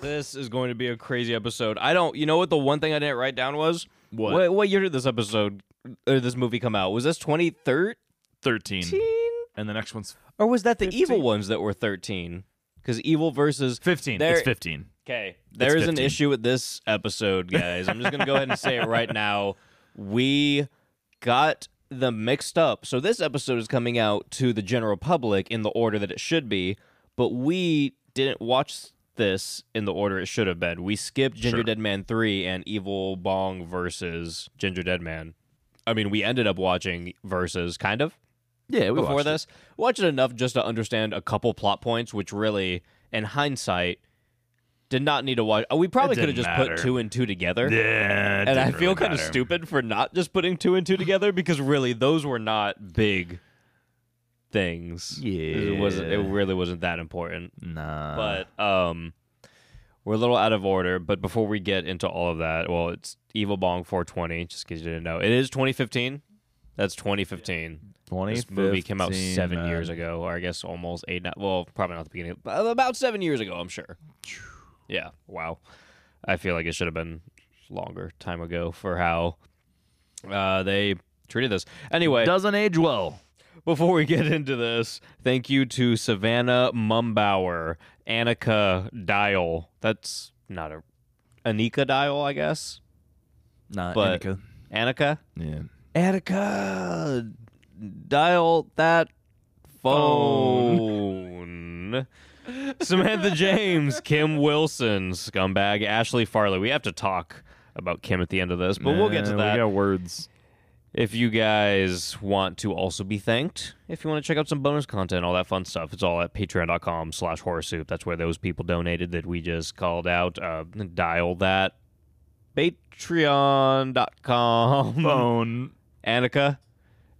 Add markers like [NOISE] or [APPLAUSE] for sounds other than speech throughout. this is going to be a crazy episode. I don't. You know what? The one thing I didn't write down was What? What, what year did this episode or this movie come out? Was this 2013, 13. And the next one's or was that the evil ones that were 13? Because evil versus 15. There- It's 15. Okay, there is an 15. issue with this episode, guys. I'm just gonna go ahead and say it [LAUGHS] right now. We got them mixed up. So this episode is coming out to the general public in the order that it should be, but we didn't watch this in the order it should have been. We skipped Ginger Sure. Dead Man 3 and Evil Bong versus Ginger Dead Man. I mean, we ended up watching versus kind of Yeah, we before watched it. this. Watched it enough just to understand a couple plot points, which really, in hindsight, did not need to watch. oh, We probably It could have didn't just matter. put two and two together. Yeah, it and I didn't feel really kind of matter. stupid for not just putting two and two together because really those were not big things. It, wasn't, it Yeah. really wasn't that important Nah. but um we're a little out of order but before we get into all of that well it's evil bong 420 just in case you didn't know it is 2015 that's 2015 this movie came out 2015, seven man. years ago or i guess almost eight not, well probably not the beginning but about seven years ago i'm sure yeah wow i feel like it should have been longer time ago for how uh, they treated this anyway Doesn't age well. before we get into this, thank you to Savannah Mumbauer, Annika Dial. That's not a Anika Dial, I guess. Not But- Annika? Yeah. Annika Dial that phone. [LAUGHS] Samantha James, Kim Wilson, scumbag, Ashley Farley. We have to talk about Kim at the end of this, but we'll get to Nah, that. We [LAUGHS] got words. If you guys want to also be thanked, if you want to check out some bonus content, all that fun stuff, it's all at patreon.com slash horror soup. That's where those people donated that we just called out. Uh, dial that. Patreon.com. Phone. Annika.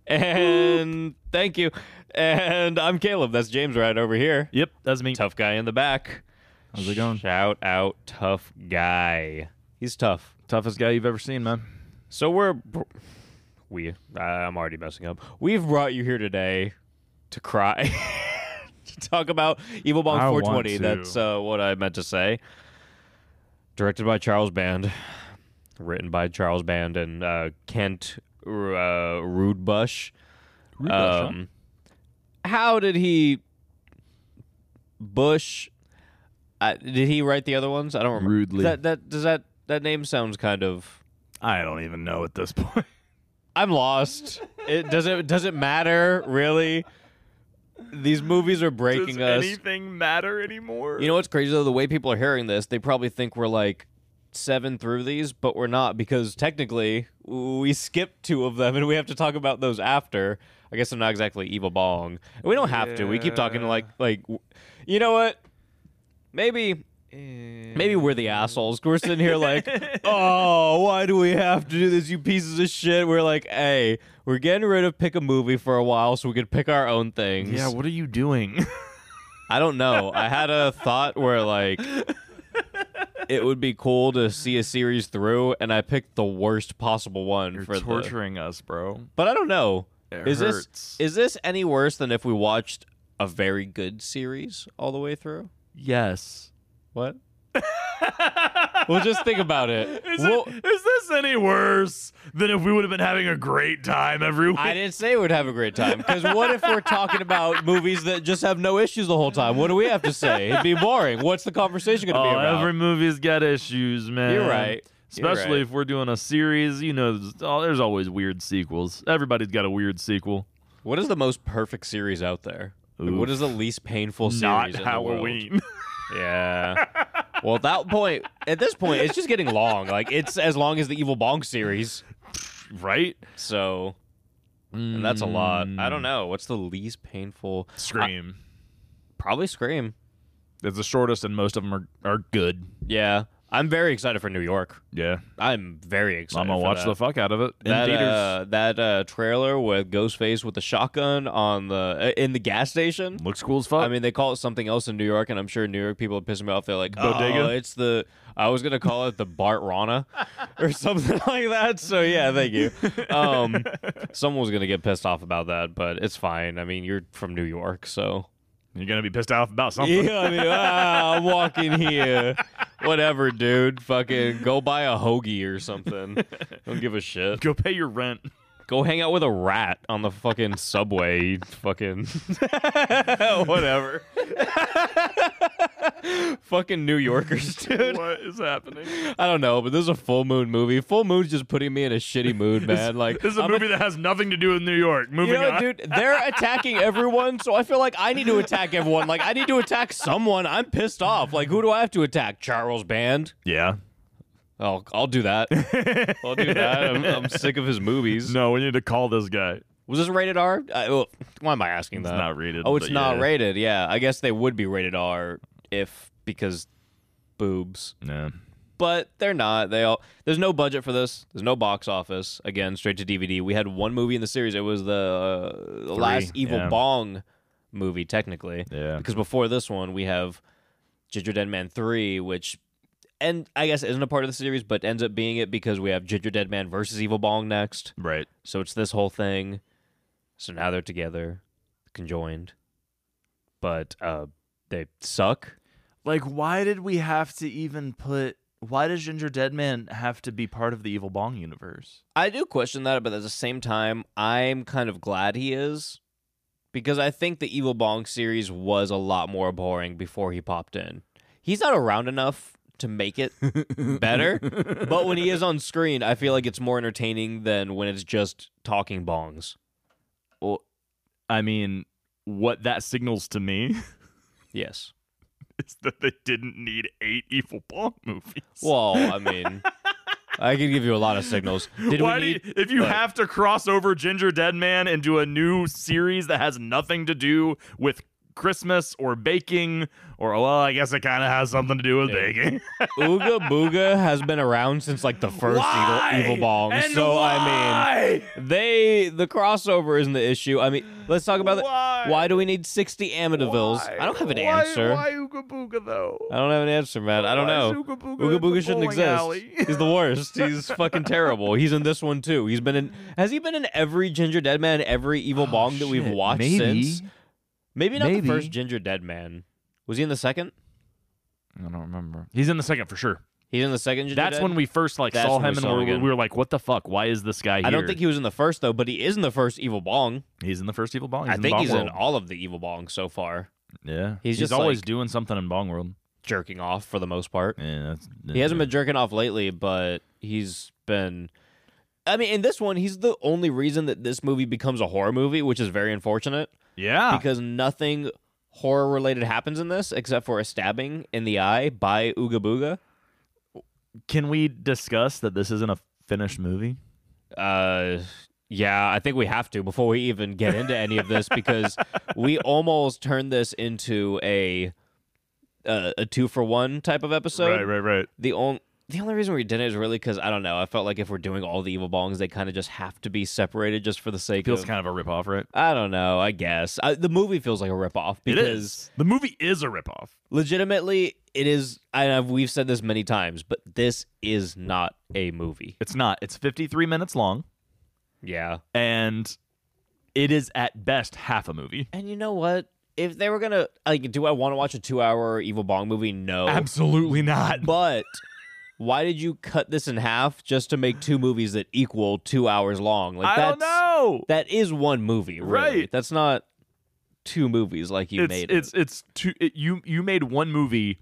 And thank you. And I'm Caleb. That's James right over here. Yep, that's me. Tough guy in the back. How's it going? Shout out tough guy. He's tough. Toughest guy you've ever seen, man. So we're we I I'm already messing up. We've brought you here today to cry. [LAUGHS] to talk about Evil Bong I want 420. to. That's uh, what I meant to say. Directed by Charles Band, written by Charles Band and uh, Kent uh, Rudebush. Um, how did he Bush? I, did he write the other ones? I don't remember. Rudely. That that does that that name sounds kind of I don't even know at this [LAUGHS] point. I'm lost. It doesn't does it matter really? These movies are breaking us. anything matter anymore? You know what's crazy though? The way people are hearing this, they probably think we're like seven through these, but we're not because technically we skipped two of them and we have to talk about those after. I guess I'm not exactly evil bong. We don't have to. We keep talking like like w- you know what? Maybe maybe we're the assholes. We're sitting here like, oh, why do we have to do this? You pieces of shit. We're like, hey, we're getting rid of pick a movie for a while so we could pick our own things. yeah, what are [LAUGHS] you doing? I don't know. I had a thought where like it would be cool to see a series through, and I picked the worst possible one You're for the- torturing us, bro. but I don't know. It Is this hurts. is this any worse than if we watched a very good series all the way through? [LAUGHS] Yes. What? well, just think about [LAUGHS] it. Is, Well, it, is this any worse than if we would have been having a great time every week? [LAUGHS] I didn't say we'd have a great time because what if we're talking about movies that just have no issues the whole time? What do we have to say? It'd be boring. What's the conversation going to oh, be about? every movie's got issues, man. You're right. You're Especially right. if we're doing a series, you know, there's, oh, there's always weird sequels. Everybody's got a weird sequel. What is the most perfect series out there? Like, Oof. what is the least painful series? Not in the world? Halloween. Yeah. well, at that point, at this point, it's just getting long. Like it's as long as the Evil Bong series. [LAUGHS] right? So, and that's a lot. I don't know. What's the least painful? Mm, Scream. Probably Scream. it's the shortest, and most of them are, are good. Yeah. I'm very excited for New York. Yeah. I'm very excited. I'm going to for watch that. the fuck out of it in that theaters. uh, that uh, trailer with Ghostface with the shotgun on the uh, in the gas station. Looks cool as fuck. I mean, they call it something else in New York, and I'm sure New York people are pissing me off. They're like, Bodega? "Oh, it's the." I was gonna call it the Bart Rana or something [LAUGHS] like that. So yeah, thank you. Um, someone was gonna get pissed off about that, but it's fine. I mean, you're from New York, so You're going to be pissed off about something. yeah. I mean, ah, I'm walking here Whatever, dude. Fucking go buy a hoagie or something. Don't give a shit. [LAUGHS] Go pay your rent. Go hang out with a rat on the [LAUGHS] fucking subway. you Fucking whatever. fucking New [LAUGHS] Yorkers, dude. what is happening? I don't know, but this is a full moon movie. Full moon's just putting me in a shitty mood, man. Like This is a I'm movie that has nothing to do with New York. Moving You know, on. dude, they're attacking everyone, so I feel like I need to attack everyone. Like I need to attack someone. I'm pissed off. Like who do I have to attack? Charles Band? [LAUGHS] Yeah. Oh, I'll do that. I'll do that. I'm, I'm sick of his movies. [LAUGHS] No, we need to call this guy. Was this rated R? I, well, why am I asking It's that? not rated. Oh, it's but not yeah. rated. Yeah, I guess they would be rated R if because boobs, No. but they're not. They all there's no budget for this. There's no box office. Again, straight to DVD. We had one movie in the series. It was the uh, the last Evil yeah. Bong movie, technically, Yeah. because before this one we have Ginger Dead Man three, which. And I guess isn't a part of the series, but ends up being it because we have Ginger Dead Man versus Evil Bong next. Right. So it's this whole thing. So now they're together, conjoined. But uh they suck. Like, why did we have to even put? Why does Ginger Deadman have to be part of the Evil Bong universe? I do question that, but at the same time, I'm kind of glad he is. Because I think the Evil Bong series was a lot more boring before he popped in. He's not around enough to make [LAUGHS] it better, but when he is on screen, I feel like it's more entertaining than when it's just talking bongs. Well, I mean, what that signals to me [LAUGHS] Yes. is that they didn't need eight Evil Bong movies. Well, I mean, I could give you a lot of signals. Did Why we do need? you, if you Look. have to cross over Ginger Dead Man into a new series that has nothing to do with Christmas or baking, or well, I guess it kind of has something to do with Yeah. baking. Ooga Booga has been around since like the first Why? Evil, Evil Bong. And so I why? mean, they the crossover isn't the issue. I mean, let's talk about Why? the why do we need sixty Amityville's? I don't have an Why- answer. Why Ooga Booga though? I don't have an answer, man. I don't Why is know. Ooga Booga Ooga in the Booga shouldn't bowling exist. alley? [LAUGHS] He's the worst. He's fucking terrible. He's in this one too. He's been in. Has he been in every Ginger Dead Man, every Evil [LAUGHS] Oh, Bong that we've Shit, watched maybe. since? Maybe not Maybe. the first Ginger Dead Man. Was he in the second? I don't remember. He's in the second for sure. He's in the second. Ginger That's Dead? when we first like That's saw when we him, and saw him we were, again. we were like, "What the fuck? Why is this guy here?" I don't think he was in the first though, but he is in the first Evil Bong. he's in the first Evil Bong. I in think Bong he's World. in all of the Evil Bongs so far, Yeah, He's just always like- doing something in Bong World. jerking off for the most part. Yeah, that's, He hasn't been jerking off lately, but he's been. I mean, in this one, he's the only reason that this movie becomes a horror movie, which is very unfortunate Yeah, because nothing horror related happens in this except for a stabbing in the eye by Ooga Booga. can we discuss that this isn't a finished movie? Uh, yeah, I think we have to before we even get into any of this [LAUGHS] because we almost turned this into a uh, a two for one type of episode. right, right. The only the only reason we didn't is really because I don't know. I felt like if we're doing all the evil bongs, they kind of just have to be separated just for the sake Feels of. kind of a ripoff, right? I don't know. I guess I, the movie feels like a ripoff because The movie is a ripoff. legitimately it is. I know we've said this many times, but this is not a movie. It's not. It's 53 minutes long, Yeah. and it is at best half [LAUGHS] a movie. And you know what? If they were gonna like, do I want to watch a two-hour Evil Bong movie? No. Absolutely not. [LAUGHS] But why did you cut this in half just to make two movies that equal two hours long? Like I that's don't know. that is one movie, really. Right. That's not two movies like you it's made. it. it's it's two. It, you you made one movie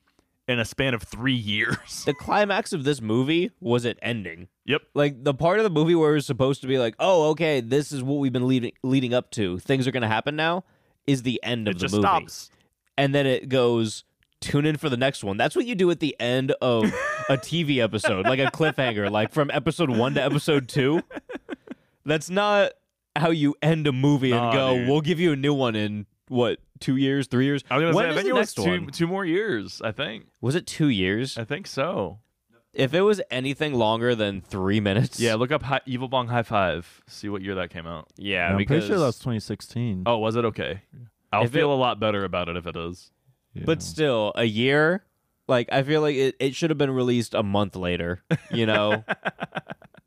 in a span of [LAUGHS] three years. The climax of this movie was it ending. yep. Like the part of the movie where it was supposed to be like, oh, okay, this is what we've been leading leading up to. Things are gonna happen now. Is the end of It the just movie. stops. and then it goes tune in for the next one that's what you do at the end of [LAUGHS] a tv episode like a cliffhanger like from episode one to episode two that's not how you end a movie and Nah, go dude. we'll give you a new one in what two years three years I was gonna When say, I is think the it was next two, Uh, one two more years. I think. was it two years I think so. if it was anything longer than three minutes Yeah, look up hi- Evil Bong High Five. See what year that came out. yeah I'm because pretty sure that's 2016. Oh, was it okay? I'll If feel a lot better about it if it is. but still a year like i feel like it, it should have been released a month later you [LAUGHS] know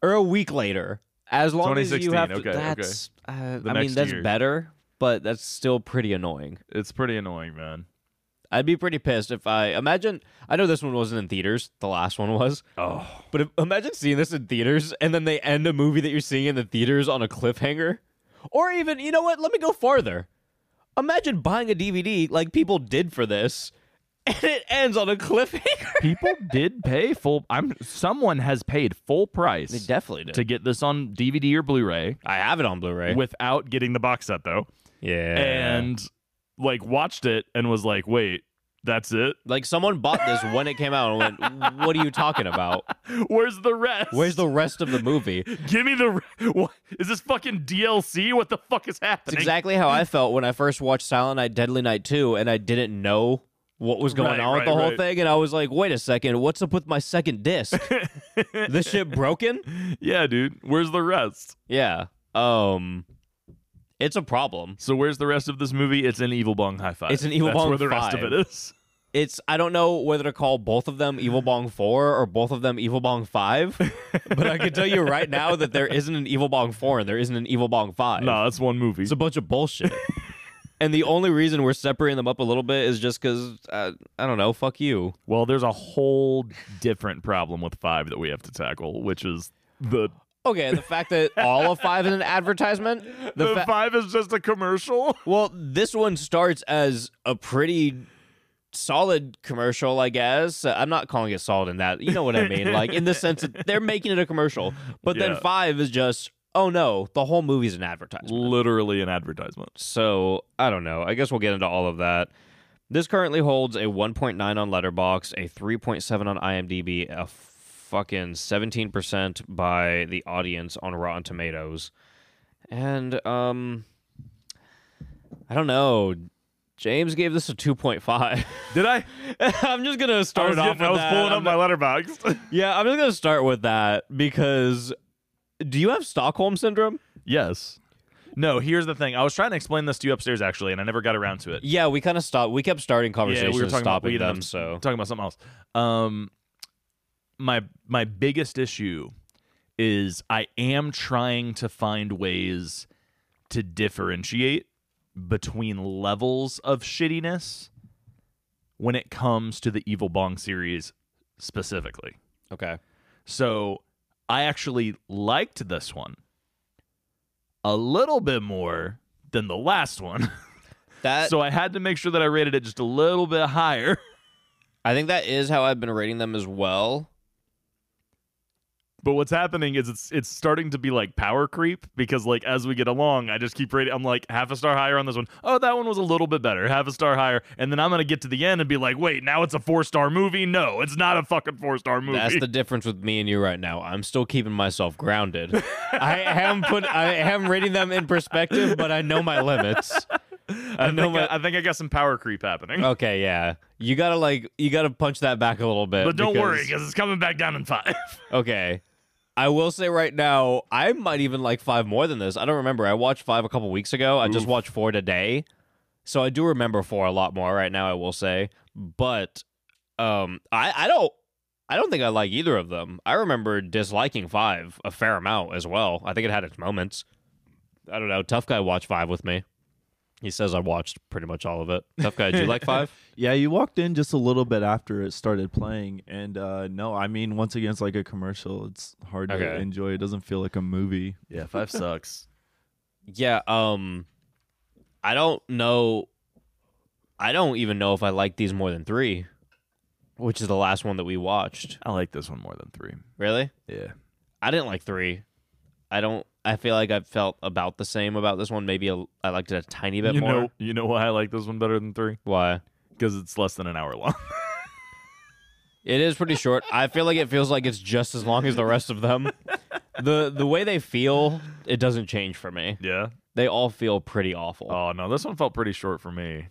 or a week later as long as you 2016, have to, okay, okay. that's uh, The i mean next that's year. better but that's still pretty annoying It's pretty annoying, man. I'd be pretty pissed if I imagine. I know this one wasn't in theaters. The last one was. Oh, But if, imagine seeing this in theaters and then they end a movie that you're seeing in the theaters on a cliffhanger. Or even, you know what? Let me go farther. Imagine buying a DVD like people did for this and it ends on a cliffhanger. [LAUGHS] people did pay full. I'm someone has paid full price definitely did. to get this on DVD or Blu-ray I have it on Blu ray. without getting the box set though, Yeah. and like watched it and was like, wait, that's it. like someone bought this when it came out and went, What are you talking about? Where's the rest? Where's the rest of the movie? [LAUGHS] Give me the. re- [LAUGHS] What is this fucking DLC? What the fuck is It's happening? exactly how I felt when I first watched Silent Night, Deadly Night 2, and I didn't know what was going Right, on with right, the whole right. thing. And I was like, wait a second, what's up with my second [LAUGHS] disc? this shit broken? [LAUGHS] yeah, dude. Where's the rest? Yeah. Um, it's a problem. So where's the rest of this movie? It's an Evil Bong High Five. It's an Evil That's Bong where the rest of Five. it is. It's I don't know whether to call both of them Evil Bong 4 or both of them Evil Bong 5, but I can tell you right now that there isn't an Evil Bong 4 and there isn't an Evil Bong 5. No, that's one movie. It's a bunch of bullshit. and the only reason we're separating them up a little bit is just because, uh, I don't know, fuck you. well, there's a whole different problem with five that we have to tackle, which is the Okay, the fact that all of five is an advertisement. the, The fa- five is just a commercial. well, this one starts as a pretty solid commercial, I guess. Uh, I'm not calling it solid in that. You know what I mean? Like in the sense that they're making it a commercial, but Yeah. then five is just oh no, the whole movie's an advertisement. Literally an advertisement. So I don't know. I guess we'll get into all of that. This currently holds a 1.9 on Letterbox, a 3.7 on IMDb, a fucking 17% by the audience on Rotten Tomatoes, and um, I don't know. James gave this a 2.5. Did I? [LAUGHS] I'm just gonna I start was, off. getting- with I was that. pulling up I'm my [LAUGHS] letterbox. Yeah, I'm just gonna start with that because. Do you have Stockholm syndrome? yes. No, here's the thing. I was trying to explain this to you upstairs actually, and I never got around to it. Yeah, we kind of stopped. We kept starting conversations, we were talking about- stopping we didn't them. have- so talking about something else. Um, my my biggest issue is I am trying to find ways to differentiate between levels of shittiness when it comes to the Evil Bong series specifically. okay, So I actually liked this one a little bit more than the last one. [LAUGHS] that so I had to make sure that I rated it just a little bit higher. I think that is how I've been rating them as well. But what's happening is it's it's starting to be like power creep because like as we get along, I just keep rating. I'm like half a star higher on this one. Oh, that one was a little bit better, half a star higher, and then I'm gonna get to the end and be like, wait, now it's a four star movie? No, it's not a fucking four star movie. That's the difference with me and you right now. I'm still keeping myself grounded. [LAUGHS] I am put I am rating them in perspective, but I know my [LAUGHS] limits. [LAUGHS] I, Oh, know think my- I, I think I got some power creep happening. Okay, yeah. You gotta like you gotta punch that back a little bit. but don't worry, because- because it's coming back down in five. Okay. I will say right now, I might even like five more than this. I don't remember. I watched five a couple weeks ago. I just watched four today. So I do remember four a lot more right now, I will say. But um I, I don't I don't think I like either of them. I remember disliking five a fair amount as well. I think it had its moments. I don't know. Tough guy watched five with me. He says I watched pretty much all of it. Tough guy, did you like five? Yeah, you walked in just a little bit after it started playing, and uh, no, I mean, once again, it's like a commercial. It's hard to Okay. enjoy. It doesn't feel like a movie. [LAUGHS] yeah, five sucks. Yeah, um I don't know I don't even know if I like these more than 3, which is the last one that we watched. [LAUGHS] I like this one more than three. Really? Yeah, I didn't like 3. I don't I feel like I've felt about the same about this one. Maybe a, I liked it a tiny bit you more. know, you know why I like this one better than three? Why? Because it's less than an hour long. It is pretty short. I feel like it feels like it's just as long as the rest of [LAUGHS] them. The the way they feel, it doesn't change for me. yeah. They all feel pretty awful. [LAUGHS] Oh no, this one felt pretty short for me.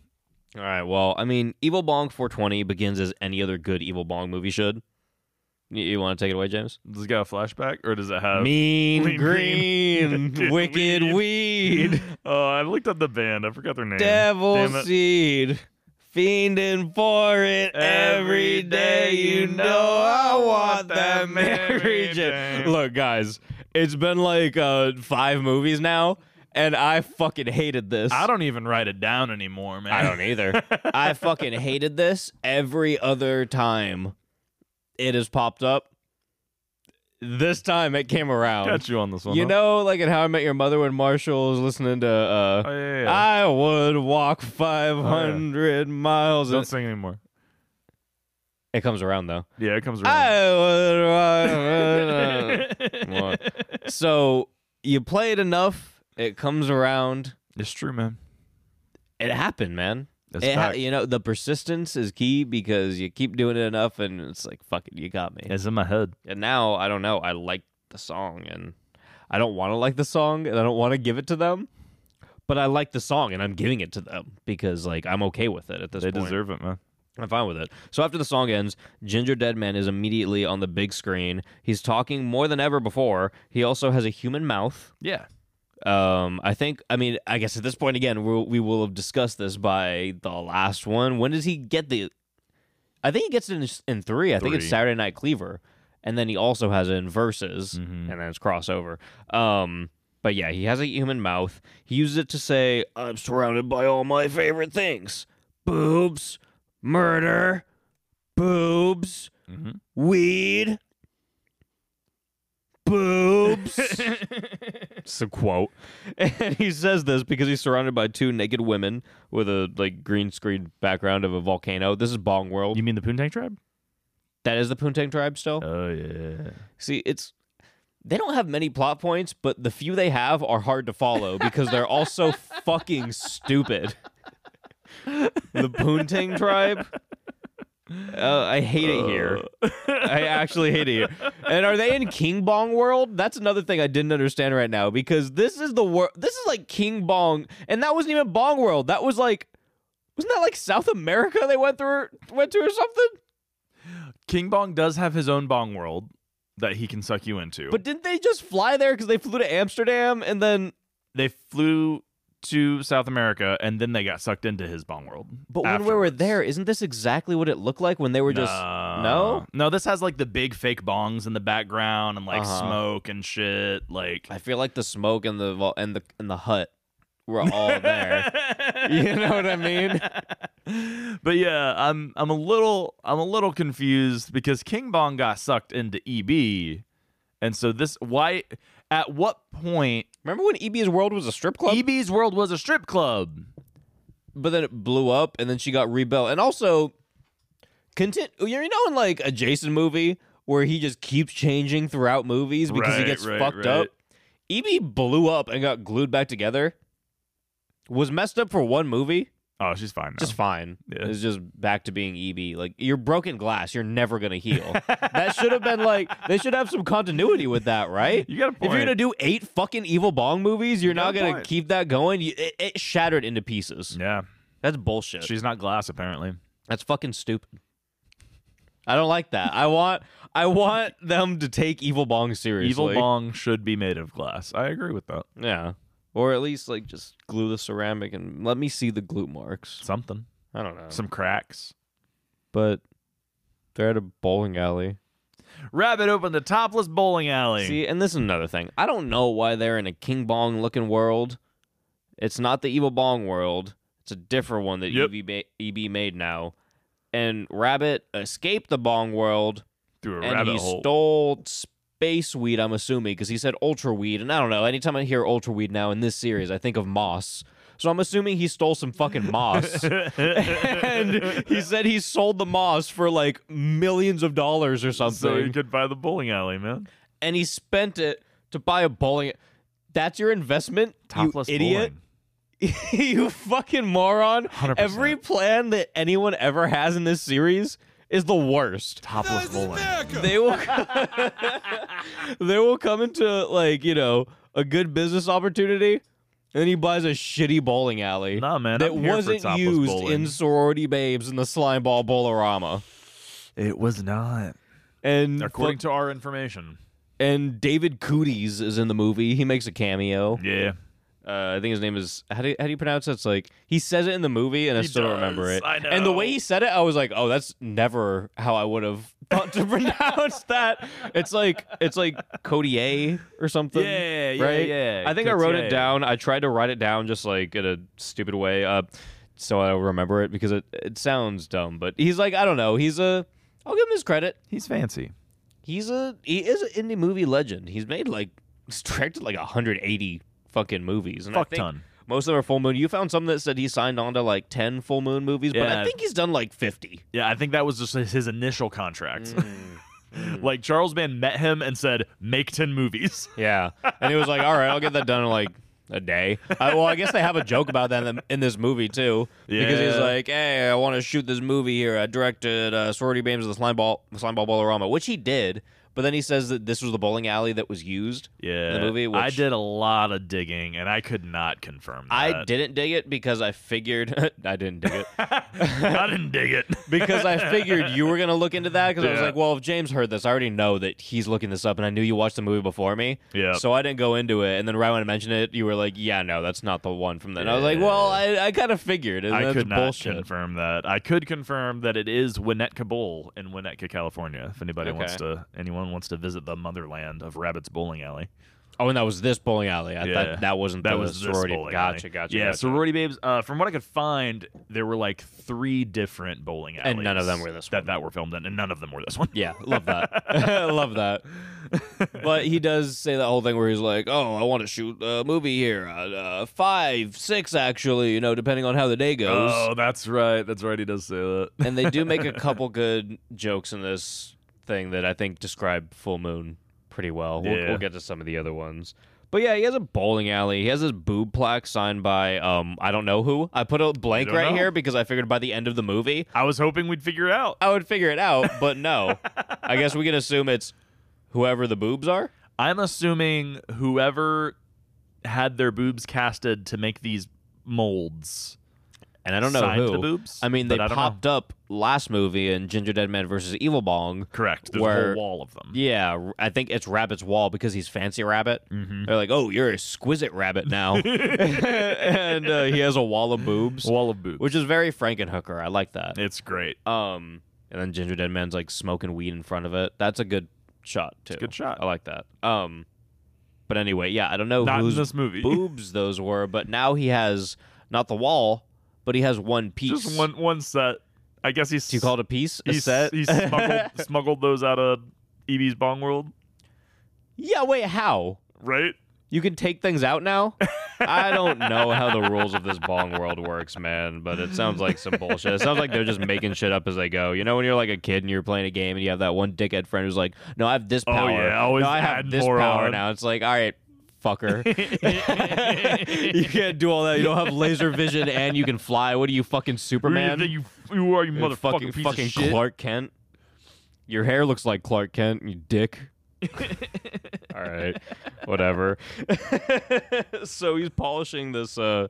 All right. Well, I mean, Evil Bong 420 begins as any other good Evil Bong movie should. You, want to take it away, James? Does it got a flashback or does it have? mean, Lean green, [LAUGHS] Green. wicked Weed. [LAUGHS] weed, [LAUGHS] Oh, I looked up the band. I forgot their name. devil Damn it. seed, fiending for it every day. You know I want that [LAUGHS] marriage. every day. Look, guys, it's been like uh, five movies now. and I fucking hated this. I don't even write it down anymore, man. I [LAUGHS] don't either. [LAUGHS] I fucking hated this every other time it has popped up. This time it came around. Got you on this one. You huh? know, like in How I Met Your Mother when Marshall was listening to uh, Oh, yeah, yeah, yeah. I would walk 500 miles. don't And sing anymore. it comes around though. Yeah, it comes around. [LAUGHS] I would. What? [LAUGHS] so you play it enough, it comes around. it's true, man. It happened, man. That's It ha- fact. you know, the persistence is key because you keep doing it enough, and it's like, fuck it, you got me. It's in my head. And now I don't know. I like the song, and I don't want to like the song, and I don't want to give it to them. But I like the song, and I'm giving it to them because, like, I'm okay with it at this They point. deserve it, man. I'm fine with it. So after the song ends, Ginger Deadman is immediately on the big screen. He's talking more than ever before. He also has a human mouth. Yeah. Um, I think. I mean, I guess at this point again, we'll, we will have discussed this by the last one. When does he get the? I think he gets it in, in three. I think it's Three. Saturday Night Cleaver, and then he also has it in verses, and Mhm. then it's crossover. Um, but yeah, he has a human mouth. He uses it to say, "I'm surrounded by all my favorite things: boobs, murder, boobs, [LAUGHS] Mhm. weed." Boobs. It's a quote. And he says this because he's surrounded by two naked women with a like green screen background of a volcano. This is Bong World. You mean the Poontang tribe? that is the Poontang tribe still. Oh yeah. See, it's they don't have many plot points, but the few they have are hard to [LAUGHS] follow because they're all so fucking stupid. the Poontang [LAUGHS] tribe. Uh, I hate it here. I actually hate it here. And are they in King Bong world? That's another thing I didn't understand right now because this is the world. This is like King Bong, and that wasn't even Bong world. That was like, wasn't that like South America they went through, went to or something? King Bong does have his own Bong world that he can suck you into. But didn't they just fly there because they flew to Amsterdam and then they flew to South America and then they got sucked into his Bong world. But when we were afterwards. there, isn't this exactly what it looked like when they were just no, no? no. This has like the big fake bongs in the background and like Uh-huh. smoke and shit. Like I feel like the smoke and the vol- and the and the hut were all [LAUGHS] there. you know what I mean? but yeah, I'm I'm a little I'm a little confused because King Bong got sucked into EB, and so this why at what point Remember when EB's World was a strip club, EB's world was a strip club? but then it blew up, and then she got rebuilt, and also content. You know, in like a Jason movie where he just keeps changing throughout movies because he Right, gets right, fucked right. up. EB blew up and got glued back together. Was messed up for one movie. Oh, she's fine now. just fine. Yeah. It's just back to being EB. Like you're broken glass. You're never gonna heal. that should have been like they should have some continuity with that, [LAUGHS] right? You got a If you're point. gonna do eight fucking evil bong movies, you're got not a gonna point. keep that going. You, it, it shattered into pieces. yeah, That's bullshit. she's not glass apparently. That's fucking stupid. I don't like that. I want I want them to take evil bong seriously. Evil Bong should be made of glass. I agree with that. yeah. Or at least like just glue the ceramic and let me see the glue marks. Something, I don't know. some cracks. but they're at a bowling alley. Rabbit opened the topless bowling alley. See, and this is another thing. I don't know why they're in a King Bong looking world. It's not the Evil Bong world. It's a different one that Yep. EB, ma- EB made now. And Rabbit escaped the Bong world through a and rabbit he [LAUGHS] hole. stole [LAUGHS] space weed, I'm assuming, because he said ultra weed. And I don't know. Anytime I hear ultra weed now in this series, I think of moss. So I'm assuming he stole some fucking moss. [LAUGHS] and he said he sold the moss for like millions of dollars or something so he could buy the bowling alley, man. and he spent it to buy a bowling. That's your investment, Topless you idiot, bowling. [LAUGHS] you fucking moron. 100%. Every plan that anyone ever has in this series is the worst. Topless bowling. They [LAUGHS] will, [LAUGHS] they will come into like you know a good business opportunity, and then he buys a shitty bowling alley Nah, man. that I'm here for wasn't topless used bowling. in sorority babes in the slime ball bowlerama. It was not. And According fuck- to our information. and David Cooties is in the movie. He makes a cameo. Yeah. Uh, I think his name is how do you, how do you pronounce it? It's like he says it in the movie, and I He still don't remember does. it. I And the way know. he said it, I was like, oh, that's never how I would have thought to [LAUGHS] pronounce that. It's like it's like Codier or something. Yeah, yeah, right? yeah. I think I wrote it Cotier. down. I tried to write it down just like in a stupid way, uh, so I remember it because it it sounds dumb. But he's like, I don't know. He's a I'll give him his credit. He's fancy. He's a he is an indie movie legend. He's made like [LAUGHS] he's directed like 180 fucking movies. And I Fuck think ton. Most of them are full moon. You found some that said he signed on to like 10 full moon movies, but I Yeah. think he's done like 50. Yeah, I think that was just his, his initial contract. Mm, [LAUGHS] like Charles Mann met him and said, "Make ten movies." Yeah. [LAUGHS] And he was like, all right, I'll get that done in like a day. I, well, I guess they have a joke about that in, in this movie, too. Because he's Yeah. like, hey, I want to shoot this movie here. I directed uh, Sorority Bames of the Slime Ball, Slime Ball Ballorama, which he did. But then he says that this was the bowling alley that was used in Yeah, the movie. Which I did a lot of digging, and I could not confirm. That. I didn't dig it because I figured [LAUGHS] I didn't dig it [LAUGHS] I didn't dig it. [LAUGHS] because I figured you were gonna look into that because I was Yeah. like, well, if James heard this, I already know that he's looking this up, and I knew you watched the movie before me. Yeah. So I didn't go into it, and then right when I mentioned it, you were like, yeah, no, that's not the one from then. I was like, well, I, I kind of figured, and I that's could not bullshit. confirm that. I could confirm that it is Winnetka Bowl in Winnetka, California. If anybody Okay. wants to, anyone wants to visit the motherland of Rabbit's Bowling Alley. Oh, and that was this bowling alley. I Yeah. thought that wasn't That the was this sorority. bowling alley. gotcha, gotcha. yeah, gotcha. sorority babes. Uh, from what I could find, there were like three different bowling alleys, And none of them were this that one. that were filmed in, and none of them were this one. [LAUGHS] Yeah, love that. [LAUGHS] love that. But he does say that whole thing where he's like, "Oh, I want to shoot a movie here, uh, uh, five, six, actually, you know, depending on how the day goes." Oh, that's right. That's right. He does [LAUGHS] say that. And they do make a couple good jokes in this thing that I think describe Full Moon pretty well. We'll, Yeah. we'll get to some of the other ones. But yeah, he has a bowling alley. He has this boob plaque signed by um I don't know who. I put a blank don't right know? here because I figured by the end of the movie I was hoping we'd figure it out. I would figure it out, but [LAUGHS] no. I guess we can assume it's whoever the boobs are. I'm assuming whoever had their boobs casted to make these molds. And I don't know signed who. the boobs. I mean, they but I don't know. popped up last movie in Ginger Dead Man versus Evil Bong. Correct. There's a where- whole wall of them. Yeah, r- I think it's Rabbit's wall because he's fancy Rabbit. They're like, "Oh, you're exquisite Rabbit [LAUGHS] now," [LAUGHS] and uh, he has a wall of boobs, Mm-hmm. Wall of boobs. which is very Frankenhooker. I like that. It's great. Um, and then Ginger Dead Man's like smoking weed in front of it. That's a good shot too. good shot. I like that. Um, but anyway, yeah, I don't know Not in whose this [LAUGHS] movie. boobs those were, but now he has not the wall, but he has one piece. Just one one set. I guess he's. Do you call it a piece? A He set? He smuggled, smuggled those out of EB's Bong World, [LAUGHS] yeah. Wait, how? [LAUGHS] right? You can take things out [LAUGHS] now? I don't know how the rules of this bong world works, man, but it sounds like some bullshit. It sounds like they're just making shit up as they go. You know, when you're like a kid and you're playing a game and you have that one dickhead friend who's like, no, I have this Oh, power. yeah, always no, I have add this more power on." now. It's like, all right, fucker. [LAUGHS] [LAUGHS] you can't do all that. You don't have laser vision and you can fly. What are you, fucking Superman? You, you, you are you motherfucking fucking, piece fucking of shit. Clark Kent. Your hair looks like Clark Kent, you dick. [LAUGHS] All right, whatever. [LAUGHS] so he's polishing this uh,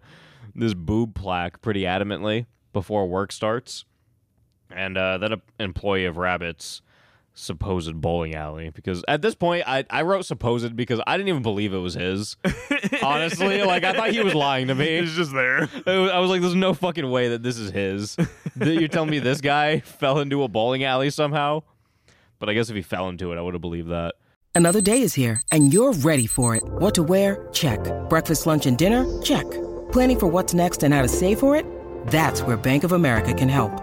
this boob plaque pretty adamantly before work starts, and uh, that employee of Rabbit's supposed bowling alley because at this point I, I wrote supposed because I didn't even believe it was [LAUGHS] his. Honestly, like I thought he was lying to me. He's just there. [LAUGHS] I was I was like, there's no fucking way that this is his. Th- You're telling me this guy [LAUGHS] fell into a bowling alley somehow? But I guess if he fell into it, I would have believed that. Another day is here, and you're ready for it. What to wear? Check. Breakfast, lunch, and dinner? Check. Planning for what's next and how to save for it? That's where Bank of America can help.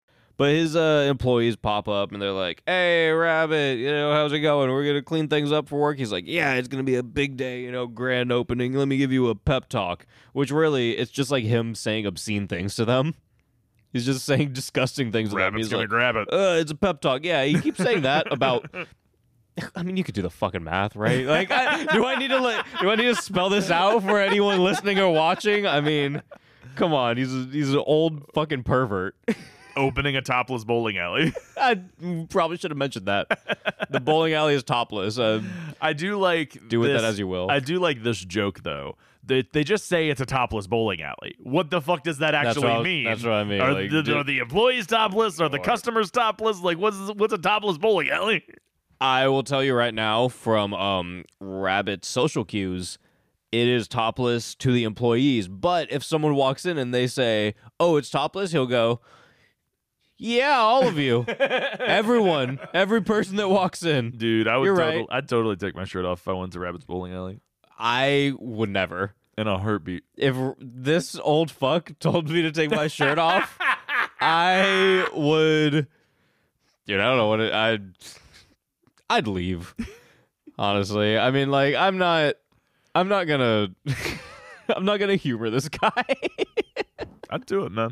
But his uh, employees pop up and they're like, "Hey, Rabbit, you know how's it going? We're gonna clean things up for work." He's like, "Yeah, it's gonna be a big day, you know, grand opening. Let me give you a pep talk." Which really, it's just like him saying obscene things to them. He's just saying [LAUGHS] disgusting things to them. Rabbit's He's gonna like, grab it. uh, it's a pep talk. Yeah, he keeps saying that about. [LAUGHS] I mean, you could do the fucking math, right? Like, I, do I need to like, do I need to spell this out for anyone listening or watching? I mean, come on, he's a, he's an old fucking pervert. opening a topless bowling alley. I probably should have mentioned that. the bowling alley is topless. Uh, I do like Do with that this- as you will. I do like this joke though. They, they just say it's a topless bowling alley. What the fuck does that That's actually what I- mean? that's what I mean, Are, like, the, do- are the employees topless? Are the customers topless? Like what's what's a topless bowling alley? I will tell you right now from um, Rabbit social cues, it is topless to the employees. But if someone walks in and they say, "Oh, it's topless," he'll go, "Yeah, all of you, everyone, every person that walks in." Dude, I would You're total- right. I'd totally take my shirt off if I went to Rabbit's bowling alley I would never. in a heartbeat. If this old fuck told me to take my shirt off, I would. Dude, I don't know what it, I'd. I'd leave. Honestly, I mean, like, I'm not. I'm not gonna. [LAUGHS] I'm not gonna humor this guy. [LAUGHS] I'd do it, man.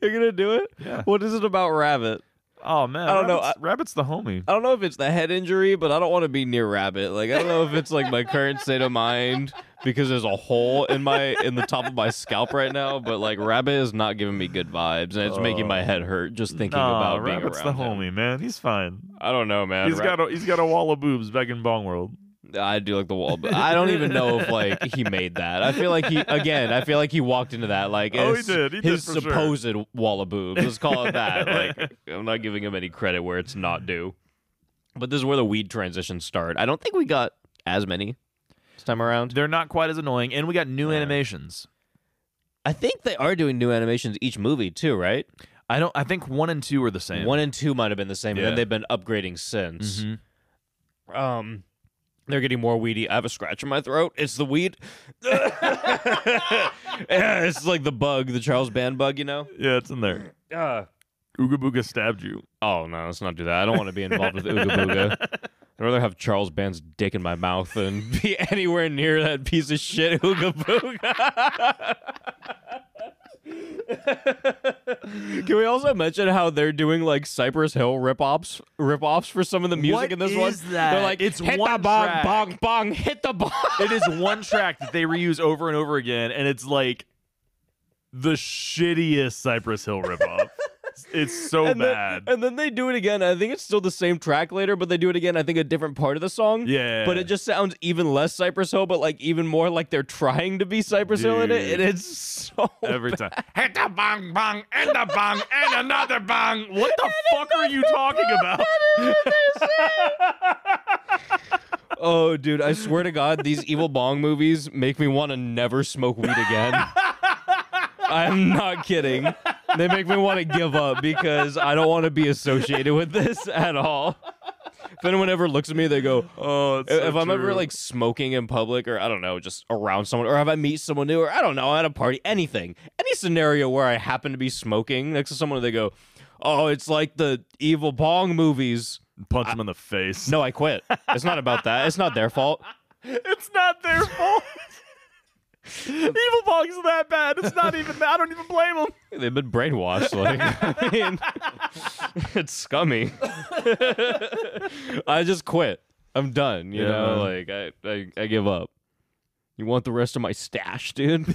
You're gonna do it. Yeah. What is it about Rabbit? Oh man, I don't know, Rabbit's- Rabbit's the homie. I don't know if it's the head injury, but I don't want to be near Rabbit. Like, I don't know if it's like my current state of mind because there's a hole in my in the top of my scalp right now. But like, Rabbit is not giving me good vibes, and it's making my head hurt just thinking Oh. Nah, about being Rabbit's around the him. homie, man. He's fine. I don't know, man. He's got a, he's got a wall of boobs back in Bong World. I do like the wall, but I don't even know if like [LAUGHS] he made that. I feel like he again. I feel like he walked into that like Oh, he his, did. He did his for sure. supposed wall of boobs. Let's call it that. [LAUGHS] Like I'm not giving him any credit where it's not due. But this is where the weed transitions start. I don't think we got as many this time around. They're not quite as annoying, and we got new animations. I think they are doing new animations each movie too, right? I don't. I think one and two are the same. One and two might have been the same, and Yeah. then they've been upgrading since. Mhm. Um, they're getting more weedy. I have a scratch in my throat. It's the weed. [LAUGHS] Yeah, it's like the bug, the Charles Band bug, you know. Yeah, it's in there. Ooga Booga stabbed you. Oh no, let's not do that. I don't want to be involved with Ooga Booga. I'd rather have Charles Band's dick in my mouth than [LAUGHS] be anywhere near that piece of shit Ooga Booga. [LAUGHS] Can we also mention how they're doing like Cypress Hill rip-offs, rip-offs for some of the music What in this one? is that? They're like, It's hit the one bong, track. bong, bong, hit the bong. It is one track that they reuse over and over again, and it's like the shittiest Cypress Hill ripoff. it's so and bad. Then, and then they do it again. I think it's still the same track later, but they do it again. I think a different part of the song. Yeah. But it just sounds even less Cypress Hill, but like even more like they're trying to be Cypress Hill in it, Dude. and it's so. [LAUGHS] Every time, hit the bong bong and the bong and another bong. What the fuck are you talking about? oh, dude! I swear to God, these evil bong movies make me want to never smoke weed [LAUGHS] again. I'm not kidding. They make me want to give up because I don't want to be associated with this at all. If anyone ever looks at me, they go, Oh, it's if so if I'm ever true. like smoking in public or I don't know, just around someone, or if I meet someone new, or I don't know, at a party, anything, any scenario where I happen to be smoking next to someone, they go, "Oh, it's like the evil bong movies." punch him in the face. No, I quit. It's not about that. It's not their fault. It's not their [LAUGHS] fault. Evil Bong's that bad. It's not even. I don't even blame them. They've been brainwashed. Like, [LAUGHS] I mean, it's scummy. I just quit. I'm done. You Yeah, know, man. like I, I, I give up. You want the rest of my stash, dude?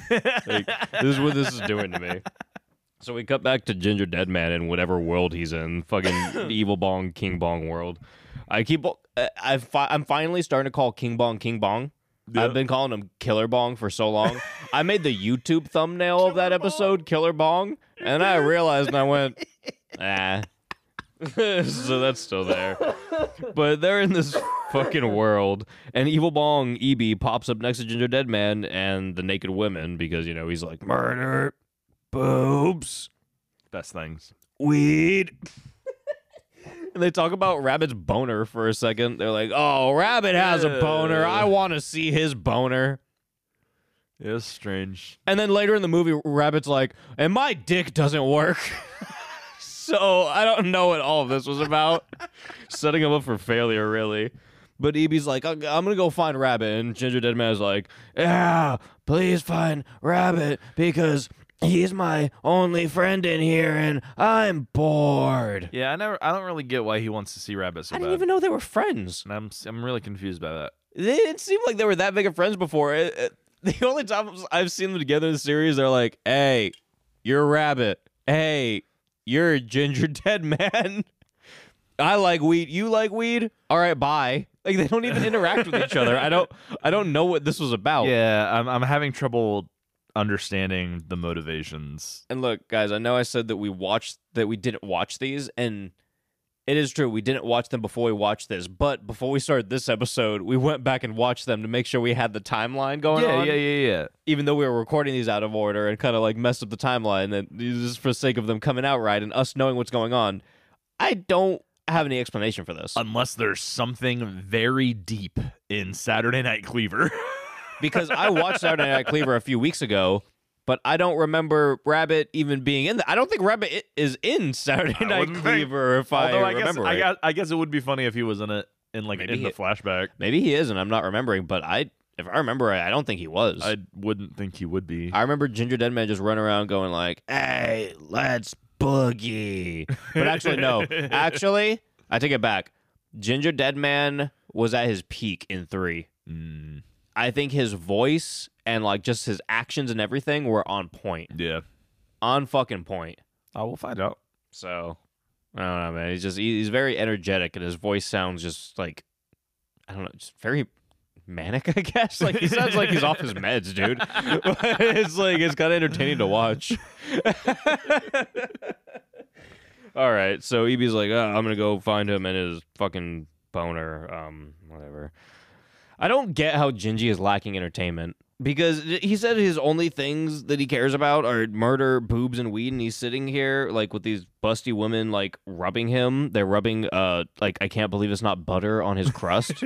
like, this is what this is doing to me. So we cut back to Ginger Dead Man in whatever world he's in, fucking Evil Bong, King Bong world. I keep, I, I fi- I'm finally starting to call King Bong King Bong. I've been calling him Killer Bong for so [LAUGHS] long. I made the YouTube thumbnail of that episode, Killer Bong, and I realized and I went, ah. [LAUGHS] so that's still there. But they're in this fucking world, and Evil Bong EB pops up next to Ginger Dead Man and the naked women because, you know, he's like, murder, boobs, Best things. weed. and they talk about Rabbit's boner for a second. They're like, oh, Rabbit has a boner. I want to see his boner. Yeah, it's strange. And then later in the movie, Rabbit's like, and my dick doesn't work. [LAUGHS] so I don't know what all of this was about. [LAUGHS] Setting him up for failure, really. But EB's like, I'm going to go find Rabbit. And Ginger Dead Man is like, yeah, please find Rabbit because he's my only friend in here and I'm bored. Yeah, I never. I don't really get why he wants to see Rabbit so I bad. didn't even know they were friends. And I'm I'm really confused by that. They didn't seem like they were that big of friends before. It- it- [LAUGHS] the only time I've seen them together in the series, they're like, hey, you're Rabbit. Hey, You're a ginger [LAUGHS] dead man. I like weed. You like weed. All right, bye. Like they don't [LAUGHS] even interact with each other. I don't. I don't know what this was about. Yeah, I'm I'm having trouble understanding the motivations. And look, guys, I know I said that we watched that we didn't watch these, and it is true we didn't watch them before we watched this. But before we started this episode, we went back and watched them to make sure we had the timeline going yeah, on. yeah, yeah, yeah. Even though we were recording these out of order and kind of like messed up the timeline, and just for the sake of them coming out right and us knowing what's going on, I don't have any explanation for [LAUGHS] this Unless there's something very deep in Saturday Night Cleaver. [LAUGHS] because I watched Saturday Night Cleaver a few weeks ago. But I don't remember Rabbit even being in. The, I don't think Rabbit i- is in Saturday I Night wouldn't think. Cleaver. If I, Although I guess remember, I right. guess, I guess it would be funny if he was in it in like Maybe in the he- flashback. Maybe he is, and I'm not remembering. But I, if I remember, right, I don't think he was. I I, wouldn't think he would be. remember Ginger Deadman just running around going like, "Hey, let's boogie." But actually, no. actually, I take it back. Ginger Deadman was at his peak in three. Mm, I think his voice and like just his actions and everything were on point, yeah. on fucking point. Oh, we'll find [LAUGHS] out. So I don't know, man. He's just he- he's very energetic, and his voice sounds just like I don't know, just very manic. [LAUGHS] I guess like he sounds like he's off his meds, dude. [LAUGHS] But it's like it's kind of entertaining to watch. [LAUGHS] All right, so EB's like, oh, I'm gonna go find him and his fucking boner, um, whatever. I don't get how Gingy is lacking entertainment because he said his only things that he cares about are murder, boobs, and weed, and he's sitting here like with these busty women like rubbing him. They're rubbing uh like I can't believe it's not butter on his crust.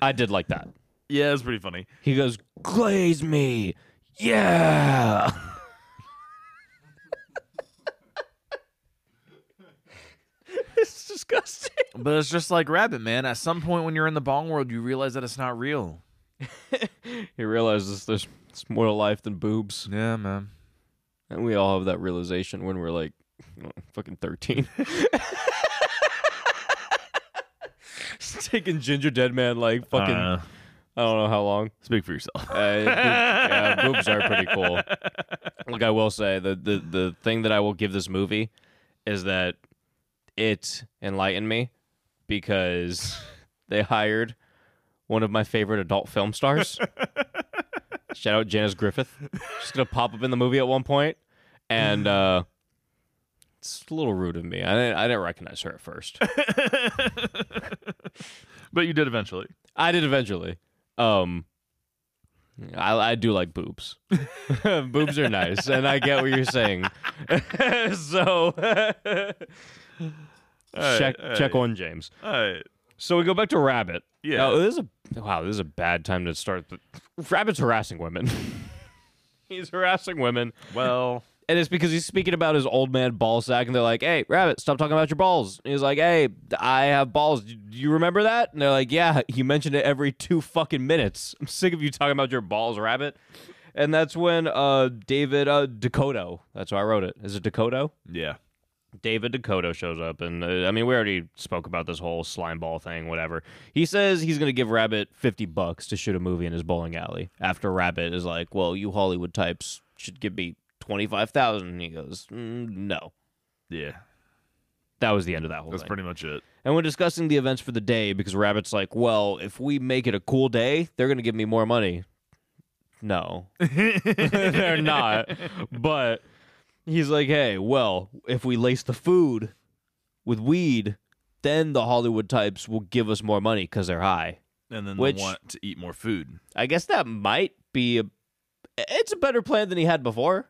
I did like that. Yeah, it's pretty funny. He goes, glaze me, yeah. it's disgusting. But it's just like Rabbit, man. At some point when you're in the bong world, you realize that it's not real. He realizes there's it's more to life than boobs. Yeah, man. And we all have that realization when we're like fucking 13. [LAUGHS] Just taking Ginger Dead Man like fucking, Uh, I don't know how long. speak for yourself. [LAUGHS] Uh, boob- yeah, boobs are pretty cool. Like I will say, the, the, the thing that I will give this movie is that it enlightened me because they hired one of my favorite adult film stars. Shout out Janice Griffith. She's gonna pop up in the movie at one point, and uh, it's a little rude of me. I didn't, I didn't recognize her at first. But you did eventually. I did eventually. Um, I, I do like boobs. [LAUGHS] boobs are nice, and I get what you're saying. [LAUGHS] so check check one, James. All right. So we go back to Rabbit. Yeah. Now, this is a wow. This is a bad time to start. The, Rabbit's harassing women. [LAUGHS] he's harassing women, Well, and it's because he's speaking about his old man ball sack, and they're like, "Hey, Rabbit, stop talking about your balls." And he's like, "Hey, I have balls. Do you remember that?" And they're like, "Yeah, you mentioned it every two fucking minutes. [LAUGHS] I'm sick of you talking about your balls, Rabbit." And that's when uh, David uh, Dakota. That's why I wrote it. Is it Dakota? yeah. David Dakota shows up, and uh, I mean, we already spoke about this whole slime ball thing, whatever. He says he's going to give Rabbit 50 bucks to shoot a movie in his bowling alley. After Rabbit is like, Well, you Hollywood types should give me 25,000. And he goes, "Mm, No. Yeah. That was the end of that whole That's thing. pretty much it. and we're discussing the events for the day because Rabbit's like, Well, if we make it a cool day, they're going to give me more money. No, [LAUGHS] they're not. But he's like, hey, well, if we lace the food with weed, then the Hollywood types will give us more money because they're high. And then Which- they want to eat more food. I guess that might be a. It's a better plan than he had before,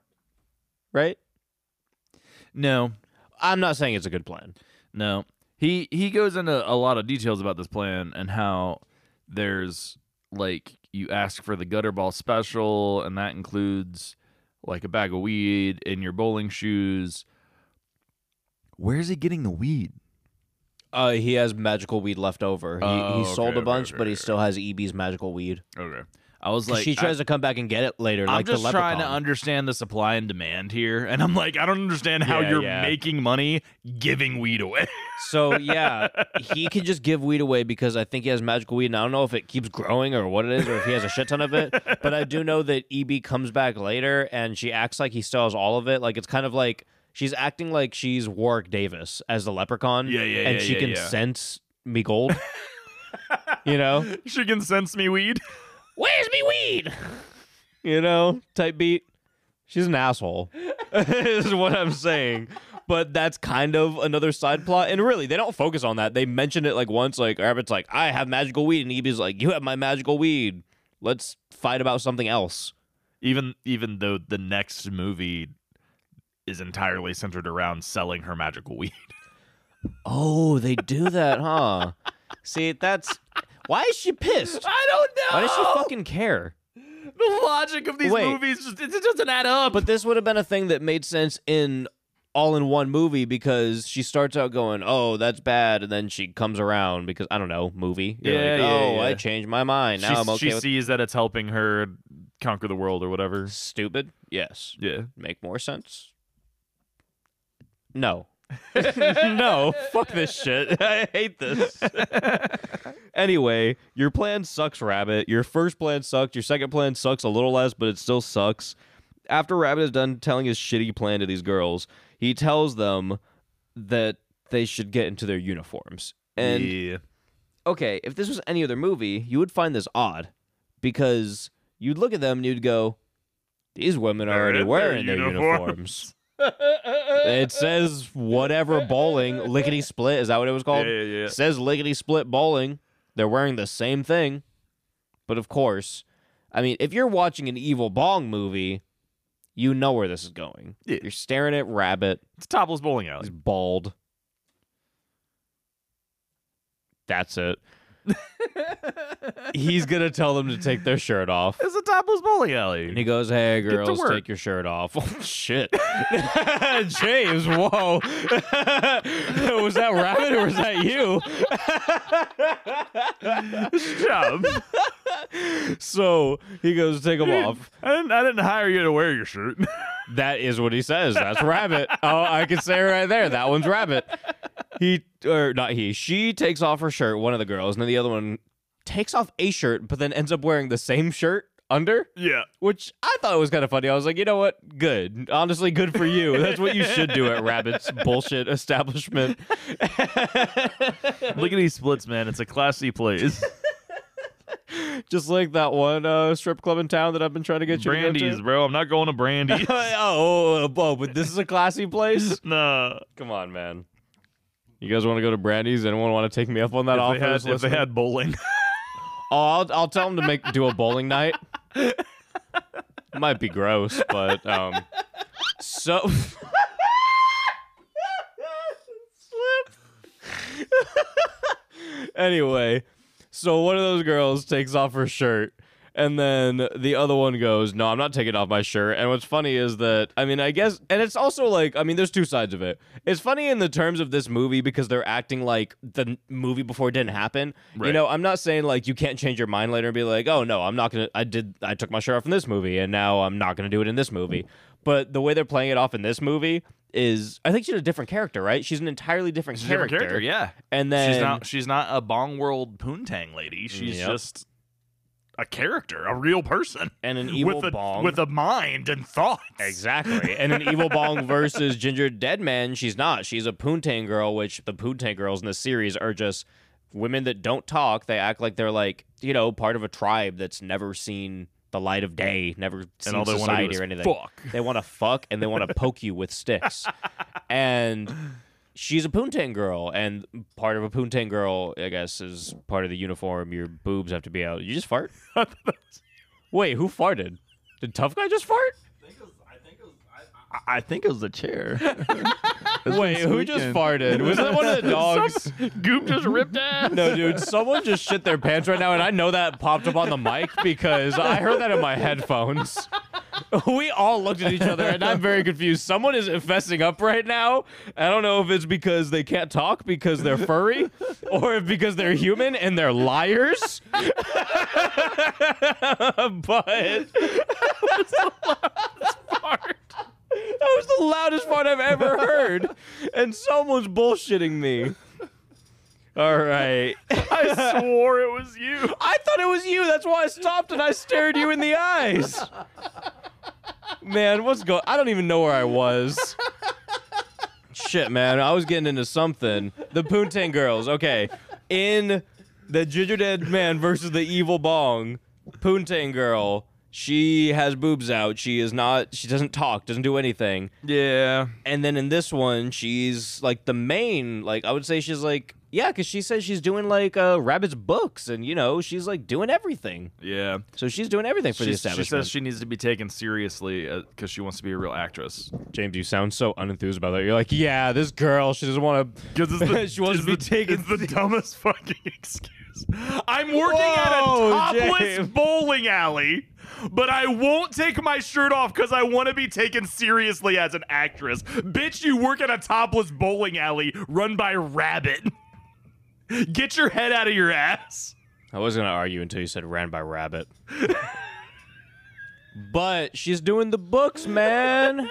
right? No, I'm not saying it's a good plan. No. He he goes into a lot of details about this plan and how there's like you ask for the gutter ball special and that includes like a bag of weed in your bowling shoes. Where is he getting the weed? Uh, he has magical weed left over. He, Oh, he okay, sold a okay, bunch, okay, but he okay. still has EB's magical weed. Okay. I was 'Cause like she tries to come back and get it later. I, am like the just trying to leprechaun. understand the supply and demand here and I'm like I don't understand how Yeah, you're yeah. making money giving weed away. [LAUGHS] So yeah, he can just give weed away because I think he has magical weed, and I don't know if it keeps growing or what it is, or if he has a shit ton of it. E But I do know that EB comes back later, and she acts like he still has all of it. Like it's kind of like She's acting like she's Warwick Davis as the leprechaun. Yeah, yeah, And yeah, she yeah, can yeah. sense me [LAUGHS] gold. you know? She can sense me weed. Where's me weed? [LAUGHS] You know, type beat. She's an asshole. [LAUGHS] is what I'm saying. But that's kind of another side plot. And really, they don't focus on that. They mention it like once, like Rabbit's like, I have magical weed, and Evie's like, You have my magical weed. Let's fight about something else. Even even though the next movie is entirely centered around selling her magical weed. Oh, they do that, huh? [LAUGHS] See, that's why is she pissed? [LAUGHS] I don't know. Why does she fucking care? the logic of these Wait. movies just it, it doesn't add up. But this would have been a thing that made sense in all in one movie because she starts out going, "Oh, that's bad," and then she comes around because I don't know movie. You're Yeah, like, yeah, Oh, yeah. I changed my mind. Now she, I'm okay she with sees that it's helping her conquer the world or whatever. stupid. Yes, Yeah. make more sense. No. no, fuck this [LAUGHS] shit. I hate this. anyway, your plan sucks, Rabbit. Your first plan sucked. Your second plan sucks a little less, but it still sucks. After Rabbit is done telling his shitty plan to these girls, he tells them that they should get into their uniforms. And yeah. okay, if this was any other movie, you would find this odd because you'd look at them and you'd go, these women are already in wearing their their [LAUGHS] uniforms. it says whatever bowling, lickety split, is that what it was yeah, called? yeah, yeah. It says lickety split bowling. They're wearing the same thing. But of course, I mean, if you're watching an evil bong movie, you know where this is going. Yeah. You're staring at Rabbit. It's topless bowling alley. He's bald. That's [LAUGHS] it. He's gonna tell them to take their shirt off. It's a topless bowling And alley. he goes, "Hey to girls, work." take your shirt off." Oh, [LAUGHS] shit, James, whoa, [LAUGHS] was that rabbit or was that you? Good [LAUGHS] job. So he goes, "Take [LAUGHS] them off." I didn't, I didn't hire you to wear your shirt. [LAUGHS] That is what he says. That's rabbit. Oh, I can say it right there. That one's rabbit. He or not he. She takes off her shirt, one of the girls, and then the other one takes off a shirt, but then ends up wearing the same shirt under, yeah. which I thought was kind of funny. I was like, you know what? Good. Honestly, good for you. That's what you should do at Rabbit's bullshit establishment. Look at these splits, man. It's a classy [LAUGHS] place. Just like that one uh, strip club in town that I've been trying to get you to go Brandy's, to. bro. I'm not going to [LAUGHS] Brandy's. oh, oh, oh, but this is a classy place. nah. Come on, man. You guys want to go to Brandy's? Anyone want to take me up on that If offer? they, had, if they Listen- had bowling. [LAUGHS] [LAUGHS] oh, I'll, I'll tell them to make do a bowling night. Might be gross, but um, so anyway, so one of those girls takes off her shirt. And then the other one goes, No, I'm not taking off my shirt. And what's funny is that, I mean, I guess, and it's also like, I mean, there's two sides of it. It's funny in the terms of this movie because they're acting like the n- movie before didn't happen. You Right. know, I'm not saying like you can't change your mind later and be like, Oh, no, I'm not going to, I did, I took my shirt off in this movie and now I'm not going to do it in this movie. But the way they're playing it off in this movie is, I think she's a different character, right? She's an entirely different, She's a character. different character, yeah. And then she's not she's not a Bong World poontang lady. She's Yep. just a character, a real person. and an evil with a, bong With a mind and thoughts. exactly and an evil [LAUGHS] bong versus ginger dead man she's not she's a poontang girl which the poontang girls in the series are just women that don't talk they act like they're like you know part of a tribe that's never seen the light of day never seen And all they want to society do is or anything [LAUGHS] fuck. [LAUGHS] they want to fuck and they want to poke you with sticks and she's a poontang girl and part of a poontang girl i guess is part of the uniform your boobs have to be out you just fart wait who farted did tough guy just fart I- I think it was a chair. Wait, who just weekend. farted? Was that one of the dogs? Goop just ripped ass. No, dude, someone just shit their pants right now, and I know that popped up on the mic because I heard that in my headphones. [LAUGHS] We all looked at each other, and I'm very confused. Someone is fessing up right now. I don't know if it's because they can't talk because they're furry, or if because they're human and they're liars. [LAUGHS] but That was the loudest fart I've ever heard. [LAUGHS] And someone's bullshitting me. All right. I swore it was you. I thought it was you. That's why I stopped and I stared you in the eyes. Man, what's going I don't even know where I was. Shit, man, I was getting into something. The Poontang Girls, okay, in the Ginger Dead Man versus the Evil Bong, Poontang Girl. She has boobs out. She is not. She doesn't talk. Doesn't do anything. Yeah. And then in this one, she's like the main, like I would say she's like yeah, because she says she's doing like uh Rabbit's books, and you know she's like doing everything. Yeah. So she's doing everything for the She, she establishment. says she needs to be taken seriously uh, because she wants to be a real [LAUGHS] actress. James, you sound so unenthused about that. You're like, yeah, this girl, she doesn't want to. [LAUGHS] Because it's She wants it's to be the- taken It's the [LAUGHS] dumbest fucking [LAUGHS] excuse. I'm working Whoa, at a topless James. bowling alley, but I won't take my shirt off because I want to be taken seriously as an actress. Bitch, you work at a topless bowling alley run by Rabbit. [LAUGHS] Get your head out of your ass. I was gonna argue until you said ran by rabbit. [LAUGHS] but she's doing the books, man.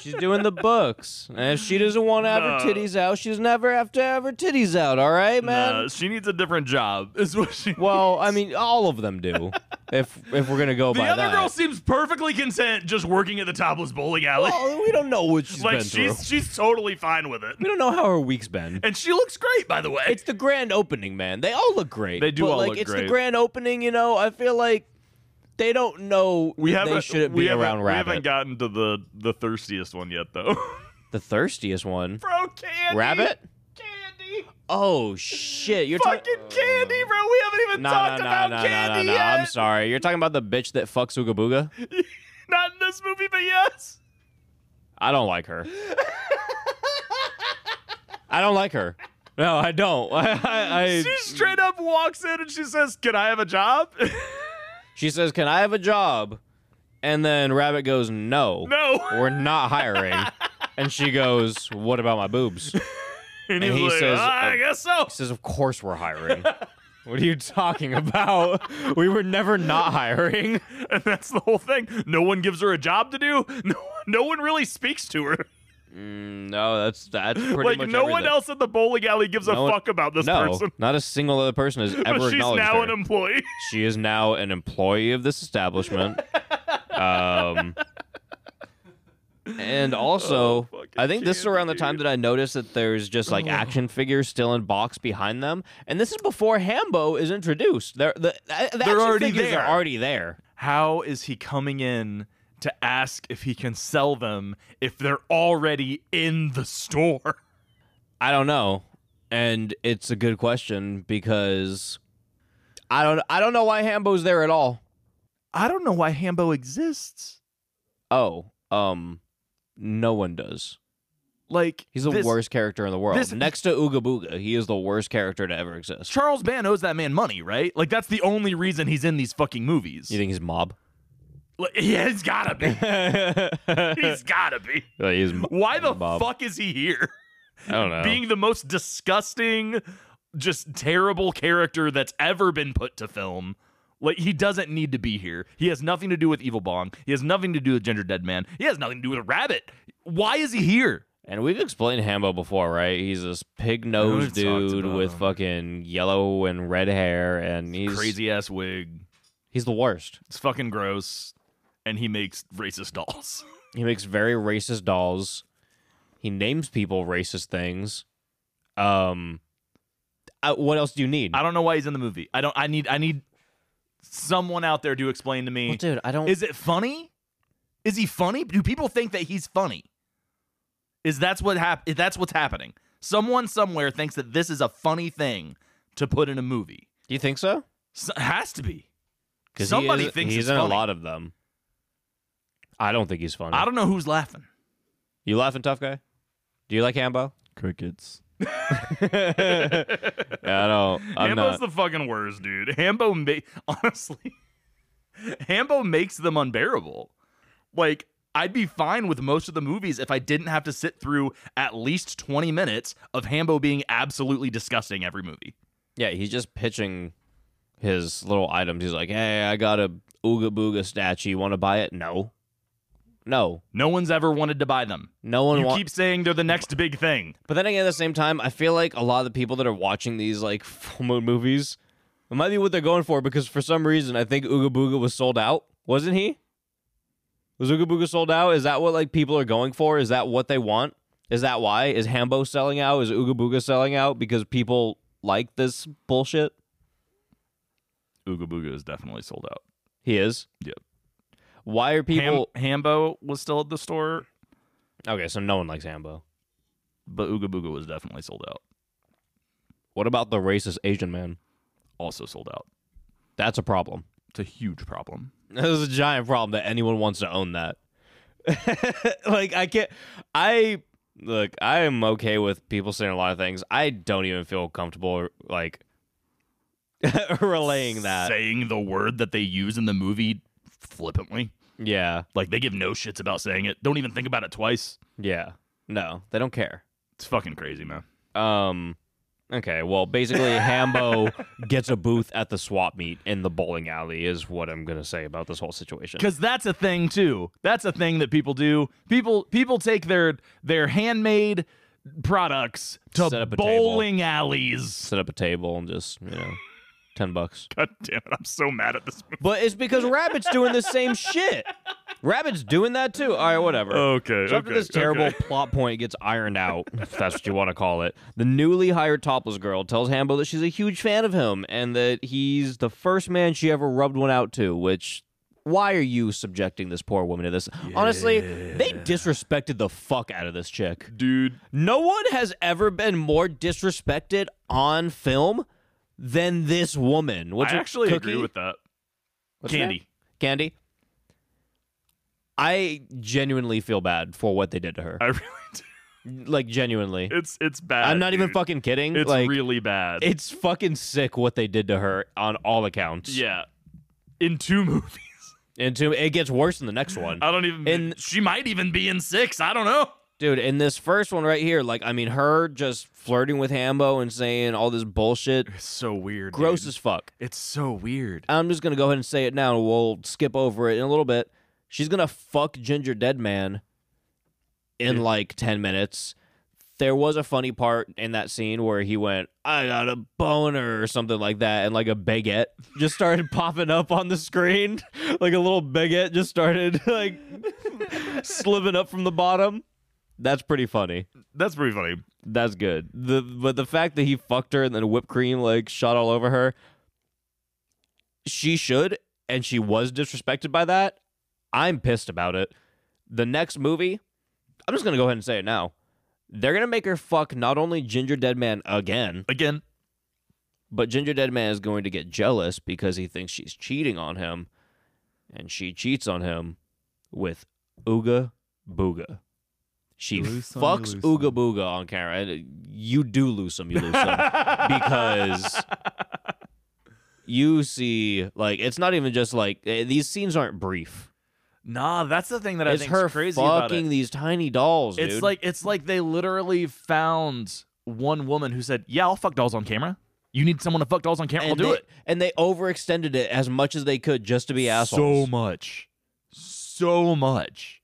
She's doing the books, and if she doesn't want to have her No. titties out, she doesn't ever have to have her titties out. All right, man. Uh, she needs a different job. Is what she. Um, Well, I mean, all of them do. if if we're gonna go [LAUGHS] the by other that. girl seems perfectly content just working at the topless bowling alley. Well, Oh, we don't know what she's like been she's through. she's totally fine with it. We don't know how her week's been. And she looks great, by the way. It's the grand opening, man. They all look great. They do but, all like, look it's the great. grand opening. You know, I feel like they don't know we haven't they shouldn't we be haven't- around We haven't rabbit. gotten to the the thirstiest one yet, though. [LAUGHS] the thirstiest one, bro, candy. rabbit. Candy. Oh shit! You're talking. Fucking candy, bro. We haven't even No, no, talked no, no, about no, no, candy no! yet. I'm sorry. You're talking about the bitch that fucks Ooga Booga. Not in this movie, but yes. I don't like her. I don't like her. No, I don't. [LAUGHS] I, I, I She straight up walks in and she says, "Can I have a job?" [LAUGHS] She says, "Can I have a job?" And then Rabbit goes, "No, no. we're not hiring." and she goes, "What about my boobs?" He [LAUGHS] And, he like, says, "Ah, uh, "I guess so." says, "Of course we're hiring." what are you talking about? we were never not [LAUGHS] hiring. And that's the whole thing. No one gives her a job to do. No, no one really speaks to her. Mm, No, that's that's pretty like much no one everything. else at the bowling alley gives No a one- fuck about this No, person. not a single other person has ever [LAUGHS] but she's acknowledged now her. an employee. [LAUGHS] she is now an employee of this establishment. um, and also, Oh, fucking I think this is candy, around the time dude. that I noticed that there's just like action figures still in box behind them, and this is before Hambo is introduced. They're the, uh, the action already figures there. are already there. How is he coming in to ask if he can sell them if they're already in the store? [LAUGHS] I don't know, and it's a good question because I don't I don't know why Hambo's there at all. I don't know why Hambo exists. Oh, um, no one does. Like He's the this- worst character in the world. this- Next to Ooga Booga, he is the worst character to ever exist. Charles Band owes that man money, right? Like that's the only reason he's in these fucking movies. You think he's mob? Like, [LAUGHS] yeah, he's gotta be. he's [LAUGHS] he's, gotta be. he's mob. Why the Bob. fuck is he here? I don't know. Being the most disgusting, just terrible character that's ever been put to film. Like he doesn't need to be here. He has nothing to do with Evil Bong. He has nothing to do with Ginger Dead Man. He has nothing to do with Rabbit. Why is he here? and we've explained Hambo before, right? He's this pig nosed We've talked dude about with him. fucking yellow and red hair, and he's Crazy ass wig. He's the worst. It's fucking gross. And he makes racist dolls. [LAUGHS] He makes very racist dolls. He names people racist things. Um, I, what else do you need? I don't know why he's in the movie. I don't. I need. I need someone out there to explain to me. Well, dude, I don't. Is it funny? Is he funny? Do people think that he's funny? Is that's what hap- is that's what's happening? Someone somewhere thinks that this is a funny thing to put in a movie. do you think so? S- has to be. 'Cause he Somebody is- thinks he's it's in funny. a lot of them. I don't think he's funny. I don't know who's laughing. You laughing, tough guy? Do you like Hambo? [LAUGHS] [LAUGHS] Crickets. Yeah, [LAUGHS] I don't. I'm not. Hambo's the fucking worst, dude. [LAUGHS] Hambo, ma- honestly, [LAUGHS] Hambo makes them unbearable. Like, I'd be fine with most of the movies if I didn't have to sit through at least 20 minutes of Hambo being absolutely disgusting every movie. Yeah, he's just pitching his little items. He's like, "Hey, I got a Ooga Booga statue. You want to buy it? No, no, No one's ever wanted to buy them. no one You wants." keep saying they're the next big thing. But then again, at the same time, I feel like a lot of the people that are watching these like [LAUGHS] full moon movies, it might be what they're going for because for some reason, I think Ooga Booga was sold out, wasn't he? Was Ooga Booga sold out? Is that what like people are going for? Is that what they want? Is that why? Is Hambo selling out? Is Ooga Booga selling out because people like this bullshit? Ooga Booga is definitely sold out. He is. Yep. Why are people? Ham- Hambo was still at the store, okay, so no one likes Hambo. but Ooga Booga was definitely sold out. What about the racist Asian man? Also sold out. That's a problem. It's a huge problem. That is a giant problem that anyone wants to own that. [LAUGHS] like I can't. I look. I am okay with people saying a lot of things. I don't even feel comfortable like [LAUGHS] relaying that. Saying the word that they use in the movie flippantly. Yeah. Like they give no shits about saying it. Don't even think about it twice. Yeah. No, they don't care. It's fucking crazy, man. Um. Okay. Well, basically, Hambo gets a booth at the swap meet in the bowling alley. Is what I'm gonna say about this whole situation. Cause that's a thing too. That's a thing that people do. People people take their their handmade products to Set up a bowling alleys. Set up a table and just you know, ten bucks. God [LAUGHS] damn it! I'm so mad at this. Movie. But it's because Rabbit's doing the same shit. Rabbit's doing that too. All right, whatever. Okay, So after okay, this terrible okay. plot point gets ironed out, [LAUGHS] if that's what you want to call it, the newly hired topless girl tells Hambo that she's a huge fan of him and that he's the first man she ever rubbed one out to, which why are you subjecting this poor woman to this? Honestly, they disrespected the fuck out of this chick. Dude, No one has ever been more disrespected on film than this woman. What's I her- actually Cookie? agree with that. What's her name? Candy. Candy. I genuinely feel bad for what they did to her. I [LAUGHS] really do. like genuinely. It's it's bad. I'm not even dude. fucking kidding. It's like really bad. it's fucking sick what they did to her on all accounts. yeah. In two [LAUGHS] movies. And to, it gets worse in the next one. I don't even In- she might even be in six. I don't know. Dude, in this first one right here, like I mean her just flirting with Hambo and saying all this [LAUGHS] bullshit It's so weird. gross dude. as fuck. It's so weird. I'm just gonna go ahead and say it now, and we'll skip over it in a little bit. She's gonna fuck Ginger Dead Man in like ten minutes. There was a funny part in that scene where he went, "I got a boner" or something like that, and like a baguette just started [LAUGHS] popping up on the screen, [LAUGHS] like a little baguette just started [LAUGHS] like slipping up from the bottom. That's pretty funny. That's pretty funny. That's good. The but the fact that he fucked her and then whipped cream like shot all over her. She should, and she was disrespected by that. I'm pissed about it. The next movie, I'm just gonna go ahead and say it now. They're gonna make her fuck not only Ginger Dead Man again, Again, but Ginger Dead Man is going to get jealous because he thinks she's cheating on him, and she cheats on him with Ooga Booga. She Lose some, you fucks lose Ooga some. Booga on camera. And You do lose some, you lose some, because you see, like, it's not even just like eh, these scenes aren't brief. nah. That's the thing that I It's think her crazy about it. fucking these tiny dolls. It's dude. like it's like they literally found one woman who said, "Yeah, I'll fuck dolls on camera. You need someone to fuck dolls on camera. and I'll do they, it." And they overextended it as much as they could just to be assholes. So much, so much.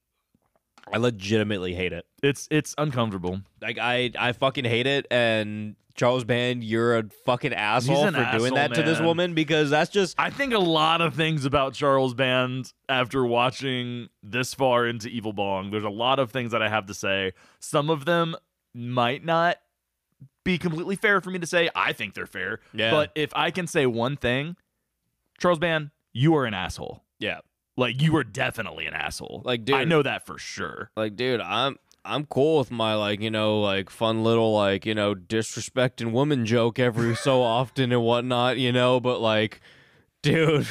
I legitimately hate it. It's it's uncomfortable. Like I, I fucking hate it. And Charles Band, you're a fucking asshole an for doing asshole, that to this man. woman because that's just I think a lot of things about Charles Band after watching this far into Evil Bong. There's a lot of things that I have to say. Some of them might not be completely fair for me to say. I think they're fair. Yeah. But if I can say one thing, Charles Band, you are an asshole. yeah. Like you were definitely an asshole. Like, dude. I know that for sure. Like, dude, I'm I'm cool with my like you know like fun little like you know disrespecting woman joke every [LAUGHS] so often and whatnot, you know. But like, dude,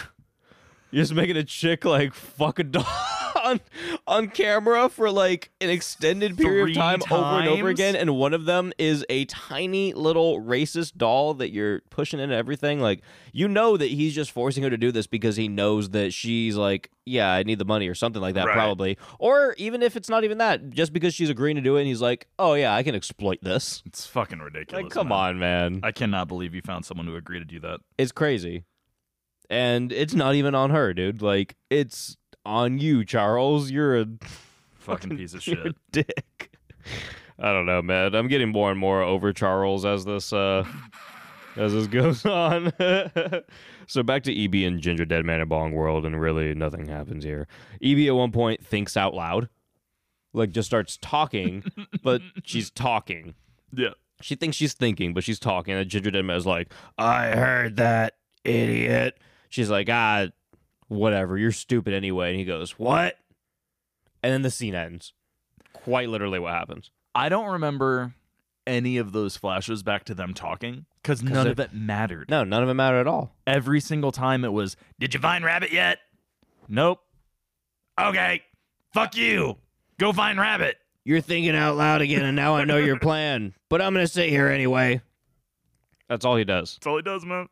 you're just making a chick like fuck a dog. [LAUGHS] On, on camera for like an extended period Three of time over and over times? again and one of them is a tiny little racist doll that you're pushing into everything like you know that he's just forcing her to do this because he knows that she's like yeah i need the money or something like that Right. probably or even if it's not even that just because she's agreeing to do it and he's like oh yeah i can exploit this It's fucking ridiculous. like come man. on man I cannot believe you found someone who agreed to do [LAUGHS] that. it's crazy and it's not even on her dude like it's on you charles you're a Fucking piece of shit. [LAUGHS] dick. I don't know, man. I'm getting more and more over Charles as this uh as this goes [LAUGHS] on. so back to EB and Ginger Dead Man and Bong World, and really E [LAUGHS] nothing happens here. EB at one point thinks out loud, like just starts talking but she's talking. Yeah. She thinks she's thinking, but she's talking. And Ginger Deadman is like, I heard that, idiot. She's like, ah, whatever. You're stupid anyway. And he goes, what? And then the scene ends. Quite literally what happens. I don't remember any of those flashes back to them talking because none it- of it mattered. No, none of it mattered at all. Every single time it was, Did you find Rabbit yet? Nope. Okay. Fuck you. Go find Rabbit. You're thinking out loud again, and now I know your plan, but I'm going to sit here anyway. That's all he does. That's all he does, man.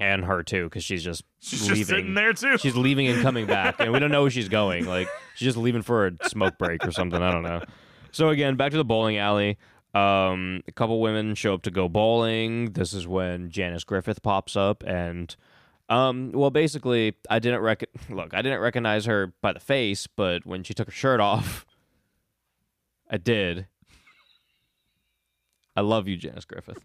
And her, too, because she's just She's leaving. just sitting there, [LAUGHS] too. She's leaving and coming back, and we don't know where she's going. Like she's just leaving for a smoke break or something. I don't know. So again, back to the bowling alley. Um, a couple women show up to go bowling. This is when Janice Griffith pops up, and um, well, basically, I didn't rec- [LAUGHS] look. I didn't recognize her by the face, but when she took her shirt off, [LAUGHS] I did. I love you, Janice Griffith.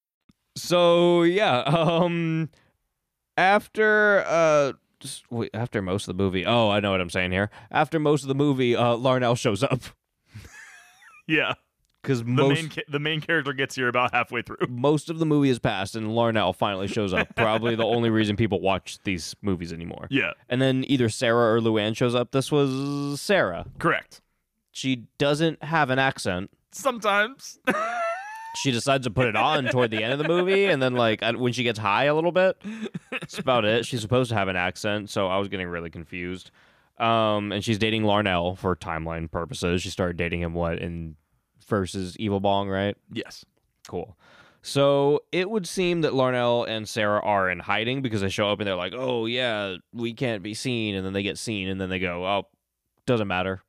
So yeah, [LAUGHS] um, after uh, s- wait, after most of the movie. Oh, I know what I'm saying here. After most of the movie, uh, Larnell shows up [LAUGHS] yeah. because The most main, ca- the main character gets here about halfway through. most of the movie is passed, and Larnell finally shows up. Probably the only reason people watch these movies anymore. Yeah. And then either Sarah or Luann shows up. This was Sarah. Correct. She doesn't have an accent. [LAUGHS] Sometimes. She decides to put it on toward the end of the movie, and then like I- when she gets high a little bit, that's about it. She's supposed to have an accent, so I was getting really confused. Um, and she's dating Larnell for timeline purposes. She started dating him what in versus Evil Bong, right? yes. Cool. So it would seem that Larnell and Sarah are in hiding because they show up and they're like, "Oh yeah, we can't be seen," and then they get seen, and then they go, "Oh, doesn't matter."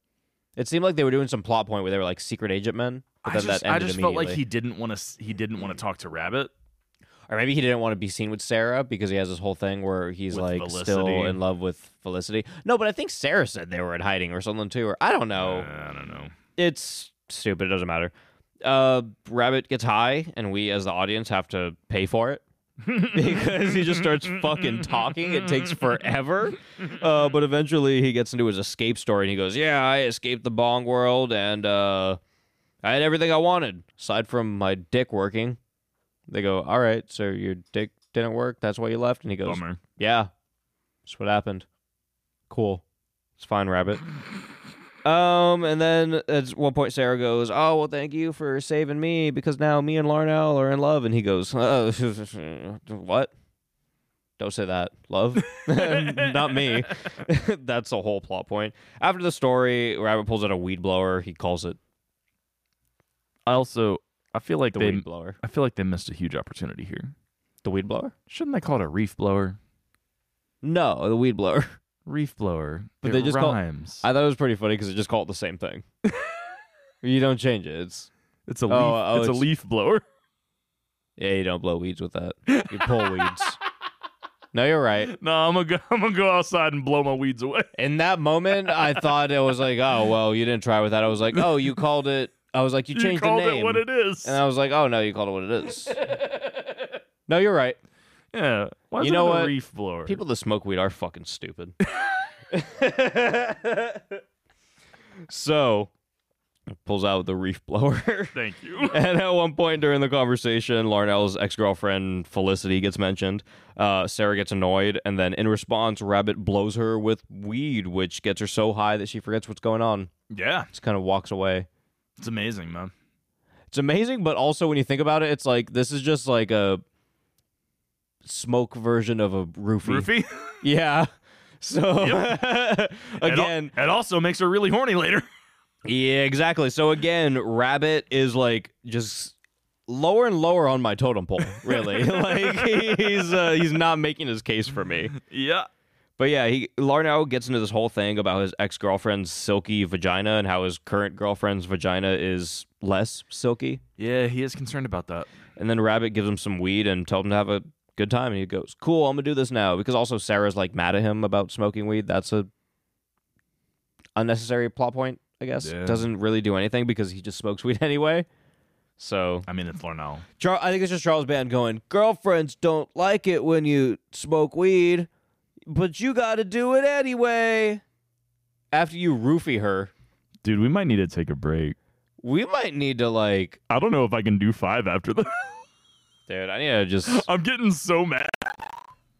It seemed like they were doing some plot point where they were like secret agent men, but I then just, that ended I just felt immediately. like he didn't want to. He didn't want to talk to Rabbit. or maybe he didn't want to be seen with Sarah because he has this whole thing where he's With like Felicity. still in love with Felicity. No, but I think Sarah said they were in hiding or something too, or I don't know. Uh, I [LAUGHS] don't know. it's stupid. It doesn't matter. Uh, Rabbit gets high, and we as the audience have to pay for it because he just starts fucking talking. It takes forever, uh, but eventually he gets into his escape story, and he goes, "Yeah, I escaped the bong world, and uh, I had everything I wanted aside from my dick working." They go, "All right, so your dick didn't work. That's why you left." And he goes, Bummer. yeah. That's what happened. Cool. It's fine, Rabbit. Um, and then at one point Sarah goes, "Oh well, thank you for saving me because now me and Larnell are in love." And he goes, [LAUGHS] oh, "What? Don't say that. Love, [LAUGHS] not me." [LAUGHS] That's the whole plot point. After the story, Rabbit pulls out a weed blower. He calls it I also, I feel like the they, weed blower. I feel like they missed a huge opportunity here. The weed blower? Shouldn't they call it a reef blower? No, the weed blower. [LAUGHS] Reef blower. But It they just call- rhymes. I thought it was pretty funny because it just called it the same thing. you don't change it. It's it's a oh, leaf. oh, it's, it's- a leaf blower. Yeah, you don't blow weeds with that. You pull weeds. No, you're right. [LAUGHS] No, I'm gonna go. I'm gonna go outside and blow my weeds away. [LAUGHS] In that moment, [LAUGHS] I thought it was like, oh, well, you didn't try with that. I was like, oh, you called it. I was like, you you changed called the name. it what it is. And I was like, oh, no, you called it what it is. [LAUGHS] no, you're right. yeah. Why is You know it a what? reef blower? People that smoke weed are fucking [LAUGHS] stupid. so, pulls out the reef blower. [LAUGHS] Thank you. [LAUGHS] And at one point during the conversation, Larnell's ex girlfriend Felicity gets mentioned. Uh, Sarah gets annoyed, and then in response, Rabbit blows her with weed, which gets her so high that she forgets what's going on. yeah, Just kind of walks away. it's amazing, man. It's amazing, but also when you think about it, it's like this is just like a smoke version of a roofie. Roofie. Yeah. [LAUGHS] So [LAUGHS] again, it, al- it also makes her really horny later. [LAUGHS] Yeah, exactly. So again, Rabbit is like just lower and lower on my [LAUGHS] totem pole. Really, like he's uh, he's not making his case for me. yeah. But yeah, he Larnow gets into this whole thing about his ex girlfriend's silky vagina and how his current girlfriend's vagina is less silky. Yeah, he is concerned about that. And then Rabbit gives him some weed and tells him to have a good time. And he goes, "Cool, I'm gonna do this now." Because also Sarah's like mad at him about smoking weed. That's a unnecessary plot point, I guess. Yeah. Doesn't really do anything because he just smokes weed [LAUGHS] anyway. So I mean, it's Larnell. Char- I think it's just Charles Band going, girlfriends don't like it when you smoke weed, but you got to do it anyway. After you roofie her, Dude, we might need to take a break. we might need to like, I don't know if I can do five after that. dude, I need to just, [LAUGHS] [GASPS] I'm getting so mad.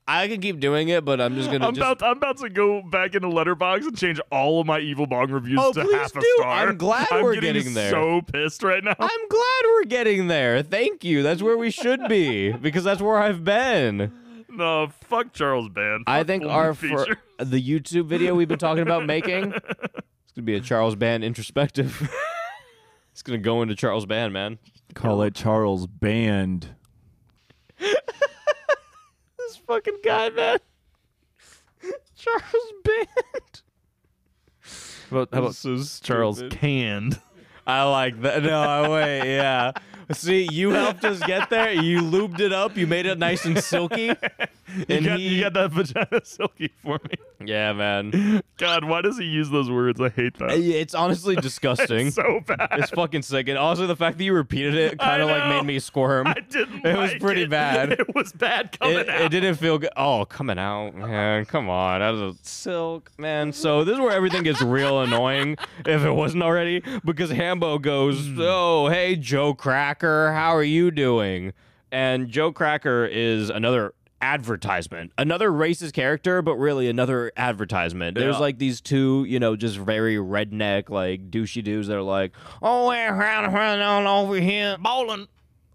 I can keep doing it, but I'm just going to I'm just. about I'm about to go back into Letterbox and change all of my Evil Bong reviews Oh, to please half a do. star. I'm glad I'm we're getting, getting there. So pissed right now. I'm glad we're getting there. Thank you. That's where we should [LAUGHS] be because that's where I've been. No, fuck Charles Band. I Fuck think Full our Moon fir- feature. the YouTube video we've been talking about [LAUGHS] making, it's gonna be a Charles Band introspective. it's gonna go into Charles Band, man. Call it Charles Band. this fucking guy, man. Charles Band. how about Charles Canned? I like that. No, [LAUGHS] I- wait, yeah. See, you helped us get there. You lubed it up. You made it nice and silky. And [LAUGHS] you, got, he, you got that vagina [LAUGHS] silky for me. yeah, [LAUGHS] man. God, why does he use those words? I hate that. It's [LAUGHS] honestly disgusting. It's, so bad. fucking sick. And also, the fact that you repeated it kind of like know. made me squirm. I didn't. It was like pretty it. bad. [LAUGHS] It was bad coming it, out. it didn't feel good. Oh, coming out, man. Come on. That was a silk, man. So this is where everything gets real annoying, [LAUGHS] if it wasn't already, because Hambo goes, Hmm. Oh, hey, Joe Cracker, how are you doing? And Joe Cracker is another advertisement, another racist character, but really another advertisement. There's Yeah. like these two, you know, just very redneck, like douchey dudes that are like, Oh, we're running on over here. Bowling.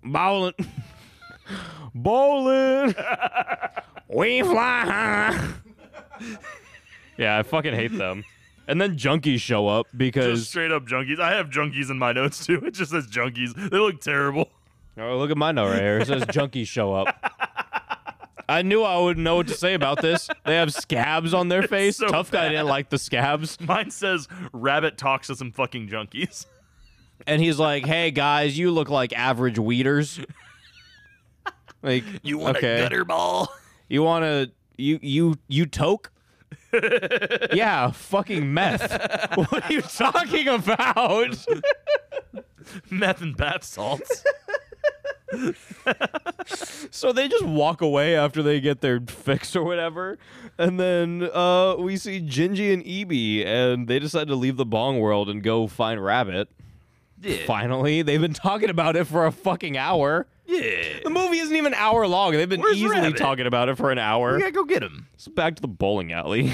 Bowling. [LAUGHS] Bowling. we fly high. [LAUGHS] yeah, I fucking hate them. And then junkies show up Just because straight up junkies. I have junkies in my notes too. It just says junkies. They look terrible. [LAUGHS] oh, look at my note right here. It says junkies show up. I knew I wouldn't know what to say about this. They have scabs on their face. so Tough guy didn't like the scabs. Mine says rabbit talks to some fucking junkies. [LAUGHS] And he's like, hey guys, you look like average weeders. Like you want okay. ball? [LAUGHS] You want to you you you toke? yeah, fucking meth. what are you talking about? Meth and bath [LAUGHS] salts. so they just walk away after they get their fix or whatever, and then uh, we see Gingy and Ebi, and they decide to leave the Bong world and go find Rabbit. Finally, they've been talking about it for a fucking hour. yeah. The movie isn't even an hour long. They've been Where's easily Rabbit? talking about it for an hour. We gotta go get him. So back to the bowling alley.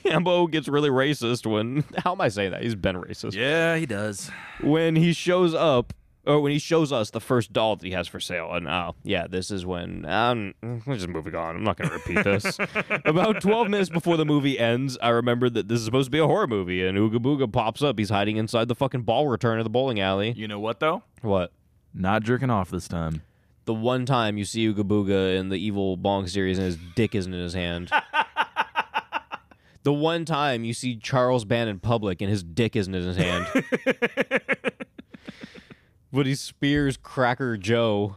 [LAUGHS] Ambo gets really racist when [LAUGHS] how am I saying that? He's been racist. Yeah, he does. When he shows up or when he shows us the first doll that he has for sale, and oh yeah, this is when um, we're just moving on. I'm not going to repeat this. About 12 minutes before the movie ends, I remembered that this is supposed to be a horror movie, and Ooga Booga pops up. He's hiding inside the fucking ball return of the bowling alley. You know what though? What? Not jerking off this time. The one time you see Ooga Booga in the Evil Bong series and his dick isn't in his [LAUGHS] hand. the one time you see Charles Band in public and his dick isn't in his [LAUGHS] hand. but he spears Cracker Joe.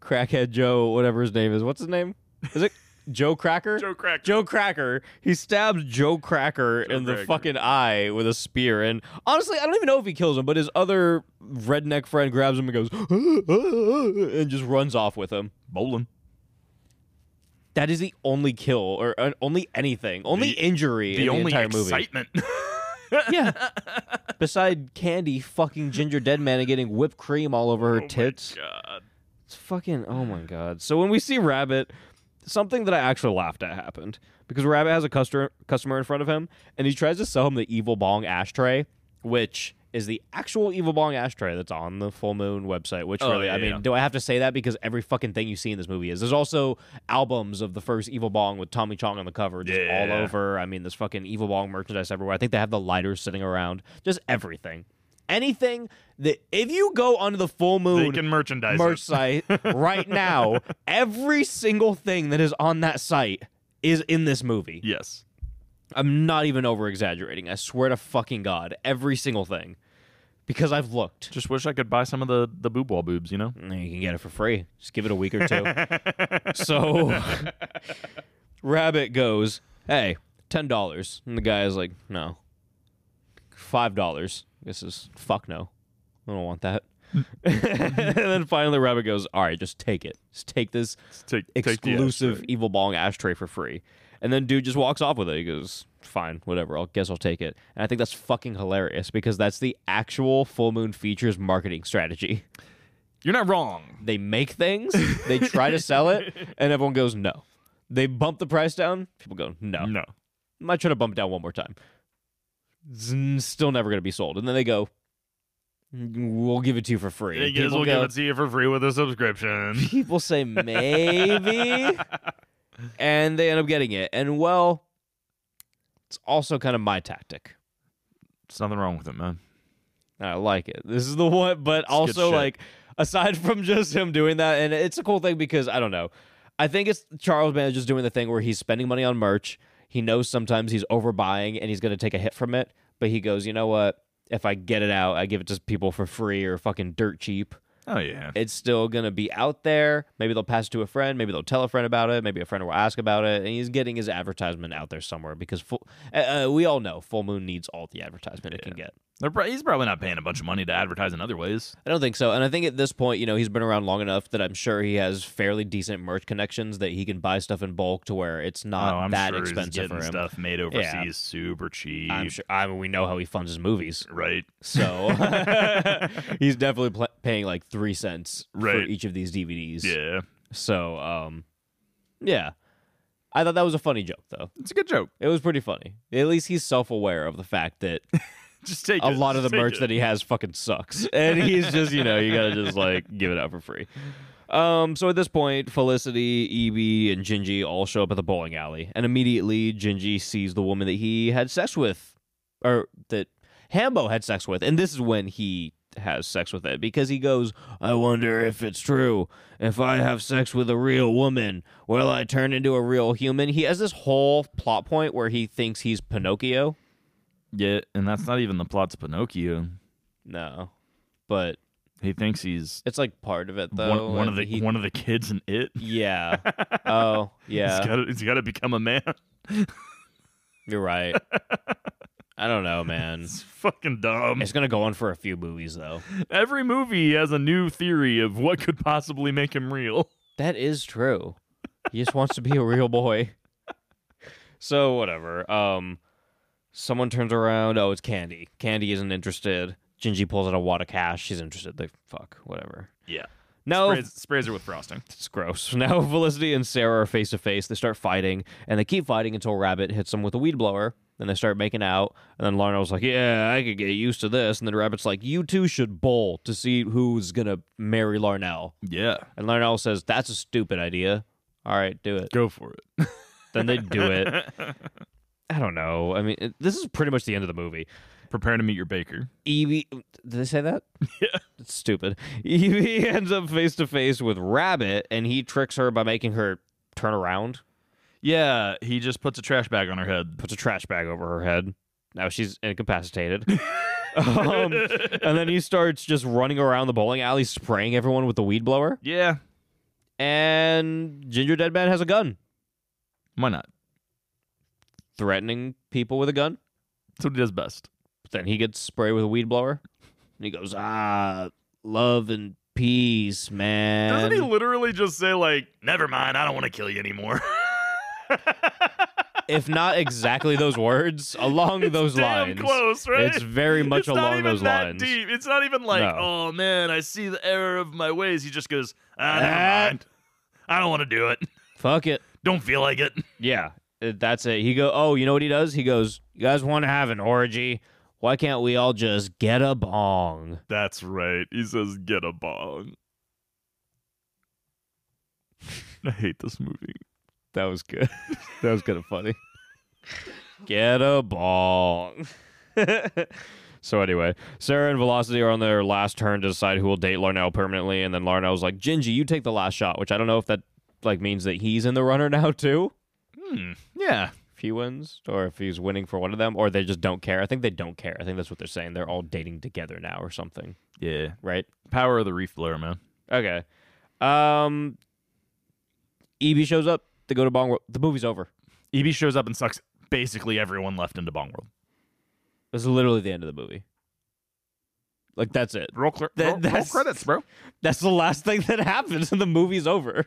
Crackhead Joe, whatever his name is. What's his name? Is [LAUGHS] it Joe Cracker? Joe Cracker. Joe Cracker. He stabs Joe Cracker in the Cracker. fucking eye with a spear. And honestly, I don't even know if he kills him, but his other redneck friend grabs him and goes, [GASPS] and just runs off with him. Bowling. That is the only kill or uh, only anything, only The- injury in the only entire movie. excitement. [LAUGHS] Yeah. Beside Candy fucking Ginger Dead Man and getting whipped cream all over her tits. Oh God. It's fucking oh my god. So when we see Rabbit, something that I actually laughed at happened because Rabbit has a customer customer in front of him and he tries to sell him the Evil Bong ashtray, which is the actual Evil Bong ashtray that's on the Full Moon website. Which Oh, really, yeah, I mean, yeah. do I have to say that because every fucking thing you see in this movie is. There's also albums of the first Evil Bong with Tommy Chong on the cover, just Yeah. all over. I mean, there's fucking Evil Bong merchandise everywhere. I think they have the lighters sitting around, just everything. Anything that if you go under the full moon, They can merchandise merch it. site right now. Every single thing that is on that site is in this movie. Yes. I'm not even over exaggerating. I swear to fucking God, every single thing. Because I've looked. Just wish I could buy some of the the boob wall boobs. You know. And You can get it for free. Just give it a week or [LAUGHS] two. so Rabbit goes, Hey, ten dollars. And the guy is like, No. Five dollars. This is fuck no. I don't want that. [LAUGHS] and then finally Rabbit goes, All right, just take it. Just take this Take take the exclusive evil bong ashtray for free. And then dude just walks off with it. He goes, fine, whatever. I'll guess I'll take it. And I think that's fucking hilarious because that's the actual Full Moon Features marketing strategy. You're not wrong. They make things, they try to sell [LAUGHS] it, and everyone goes, no. They bump the price down. People go, no. No. I might try to bump it down one more time. It's n- still never going to be sold. And then they go, "Mm, we'll give it to you for free. I And guess people we'll go, give it to you for free with [LAUGHS] a subscription. people say [LAUGHS] maybe and they end up getting it and well it's also kind of my tactic There's nothing wrong with it, man. And i like it this is the [LAUGHS] one but also shit. like aside from [LAUGHS] just him doing that and it's a cool thing because i don't know i think it's charles band just doing the thing where he's spending money on merch he knows sometimes he's overbuying and he's going to take a hit from it but he goes you know what if i get it out i give it to people for free or fucking dirt cheap Oh yeah. it's still going to be out there. Maybe they'll pass it to a friend. Maybe they'll tell a friend about it. Maybe a friend will ask about it. And he's getting his advertisement out there somewhere because full, uh, uh, we all know Full Moon needs all the advertisement it can get. They're pro- he's probably not paying a bunch of money to advertise in other ways. I don't think so. And I think at this point, you know, he's been around long enough that I'm sure he has fairly decent merch connections that he can buy stuff in bulk to where it's not oh, I'm that sure he's expensive getting for him. Stuff made overseas, super cheap. I'm sure. I mean, we know how he funds his movies. [LAUGHS] Right. So [LAUGHS] he's definitely pl- paying like three cents for Right. each of these DVDs. Yeah. So, um, yeah, I thought that was a funny joke, though. It's a good joke. It was pretty funny. At least he's self-aware of the fact that [LAUGHS] Just take a it. lot of the Just take merch it. that he has fucking [LAUGHS] sucks, and he's just, you know, you gotta just like give it out for free. Um, so at this point, Felicity, Evie, and Gingy all show up at the bowling alley, and immediately Gingy sees the woman that he had sex with, or that Hambo had sex with, and this is when he has sex with it because he goes, I wonder if it's true. If I have sex with a real woman, will I turn into a real human? He has this whole plot point where he thinks he's Pinocchio. Yeah, and that's not even the plot to Pinocchio. No, but He thinks he's it's like part of it though. one, one and of the he- one of the kids in it. [LAUGHS] yeah. oh He's yeah, got he's got to become a man. [LAUGHS] you're right. I don't know, man. It's fucking dumb. It's gonna go on for a few movies though. Every movie has a new theory of what could possibly make him [LAUGHS] real. That is true. He just wants to be a real boy. So whatever. Um, someone turns around. Oh, it's Candy. Candy isn't interested. Gingy pulls out a wad of cash. She's interested. They fuck. Whatever. Yeah. No, [LAUGHS] Sprays, sprays her with frosting. it's gross. Now [LAUGHS] Felicity and Sarah are face to face. They start fighting, and they keep fighting until Rabbit hits them with a weed blower. Then they start making out, and then Lorna was like, "Yeah, I could get used to this." And then Rabbit's like, "You two should bowl to see who's gonna marry Larnell." Yeah. And Larnell says, "That's a stupid idea." All right, do it. Go for it. Then they do it. I don't know. I mean, it, this is pretty much the end of the movie. Prepare to meet your baker. Evie, did they say that? Yeah, it's stupid. Evie [LAUGHS] ends up face to face with Rabbit, and he tricks her by making her turn around. Yeah, he just puts a trash bag on her head. puts a trash bag over her head. Now she's incapacitated. um, and then he starts just running around the bowling alley, spraying everyone with the weed blower. Yeah. And Ginger Dead Man has a gun, Why not? threatening people with a gun. That's what he does best. Then he gets sprayed with a weed blower. And he goes, ah, love and peace, man. Doesn't he literally just say like, "Never mind, I don't want to kill you anymore." [LAUGHS] if not exactly those words, along those Damn lines. close, right? It's very much It's not along even those that lines. Deep. It's not even like, No. "Oh man, I see the error of my ways." He just goes, "Ah, Ah. never mind. I don't want to do it. Fuck it. Don't feel like it." Yeah, uh, that's it. He go. Oh, you know what he does? He goes. You guys want to have an orgy? Why can't we all just get a bong? That's right. He says, "Get a bong." I hate this movie. That was good. [LAUGHS] that was kind of funny. get a bong. [LAUGHS] so anyway, Sarah and Velocity are on their last turn to decide who will date Larnell permanently, and then Larnell's like, "Gingy, you take the last shot," which I don't know if that like means that he's in the runner now too. Hmm. Yeah. If he wins, or if he's winning for one of them, or they just don't care. I think they don't care. I think that's what they're saying. They're all dating together now or something, Yeah. right? Power of the Reef Blur, man. Okay. Um, EB shows up. They go to Bong World. The movie's over. EB E shows up and sucks basically everyone left into Bong World. This is literally the end of the movie. Like that's it. Roll, cl- That- roll- roll that's- credits, bro. That's the last thing that [LAUGHS] happens, and the movie's over.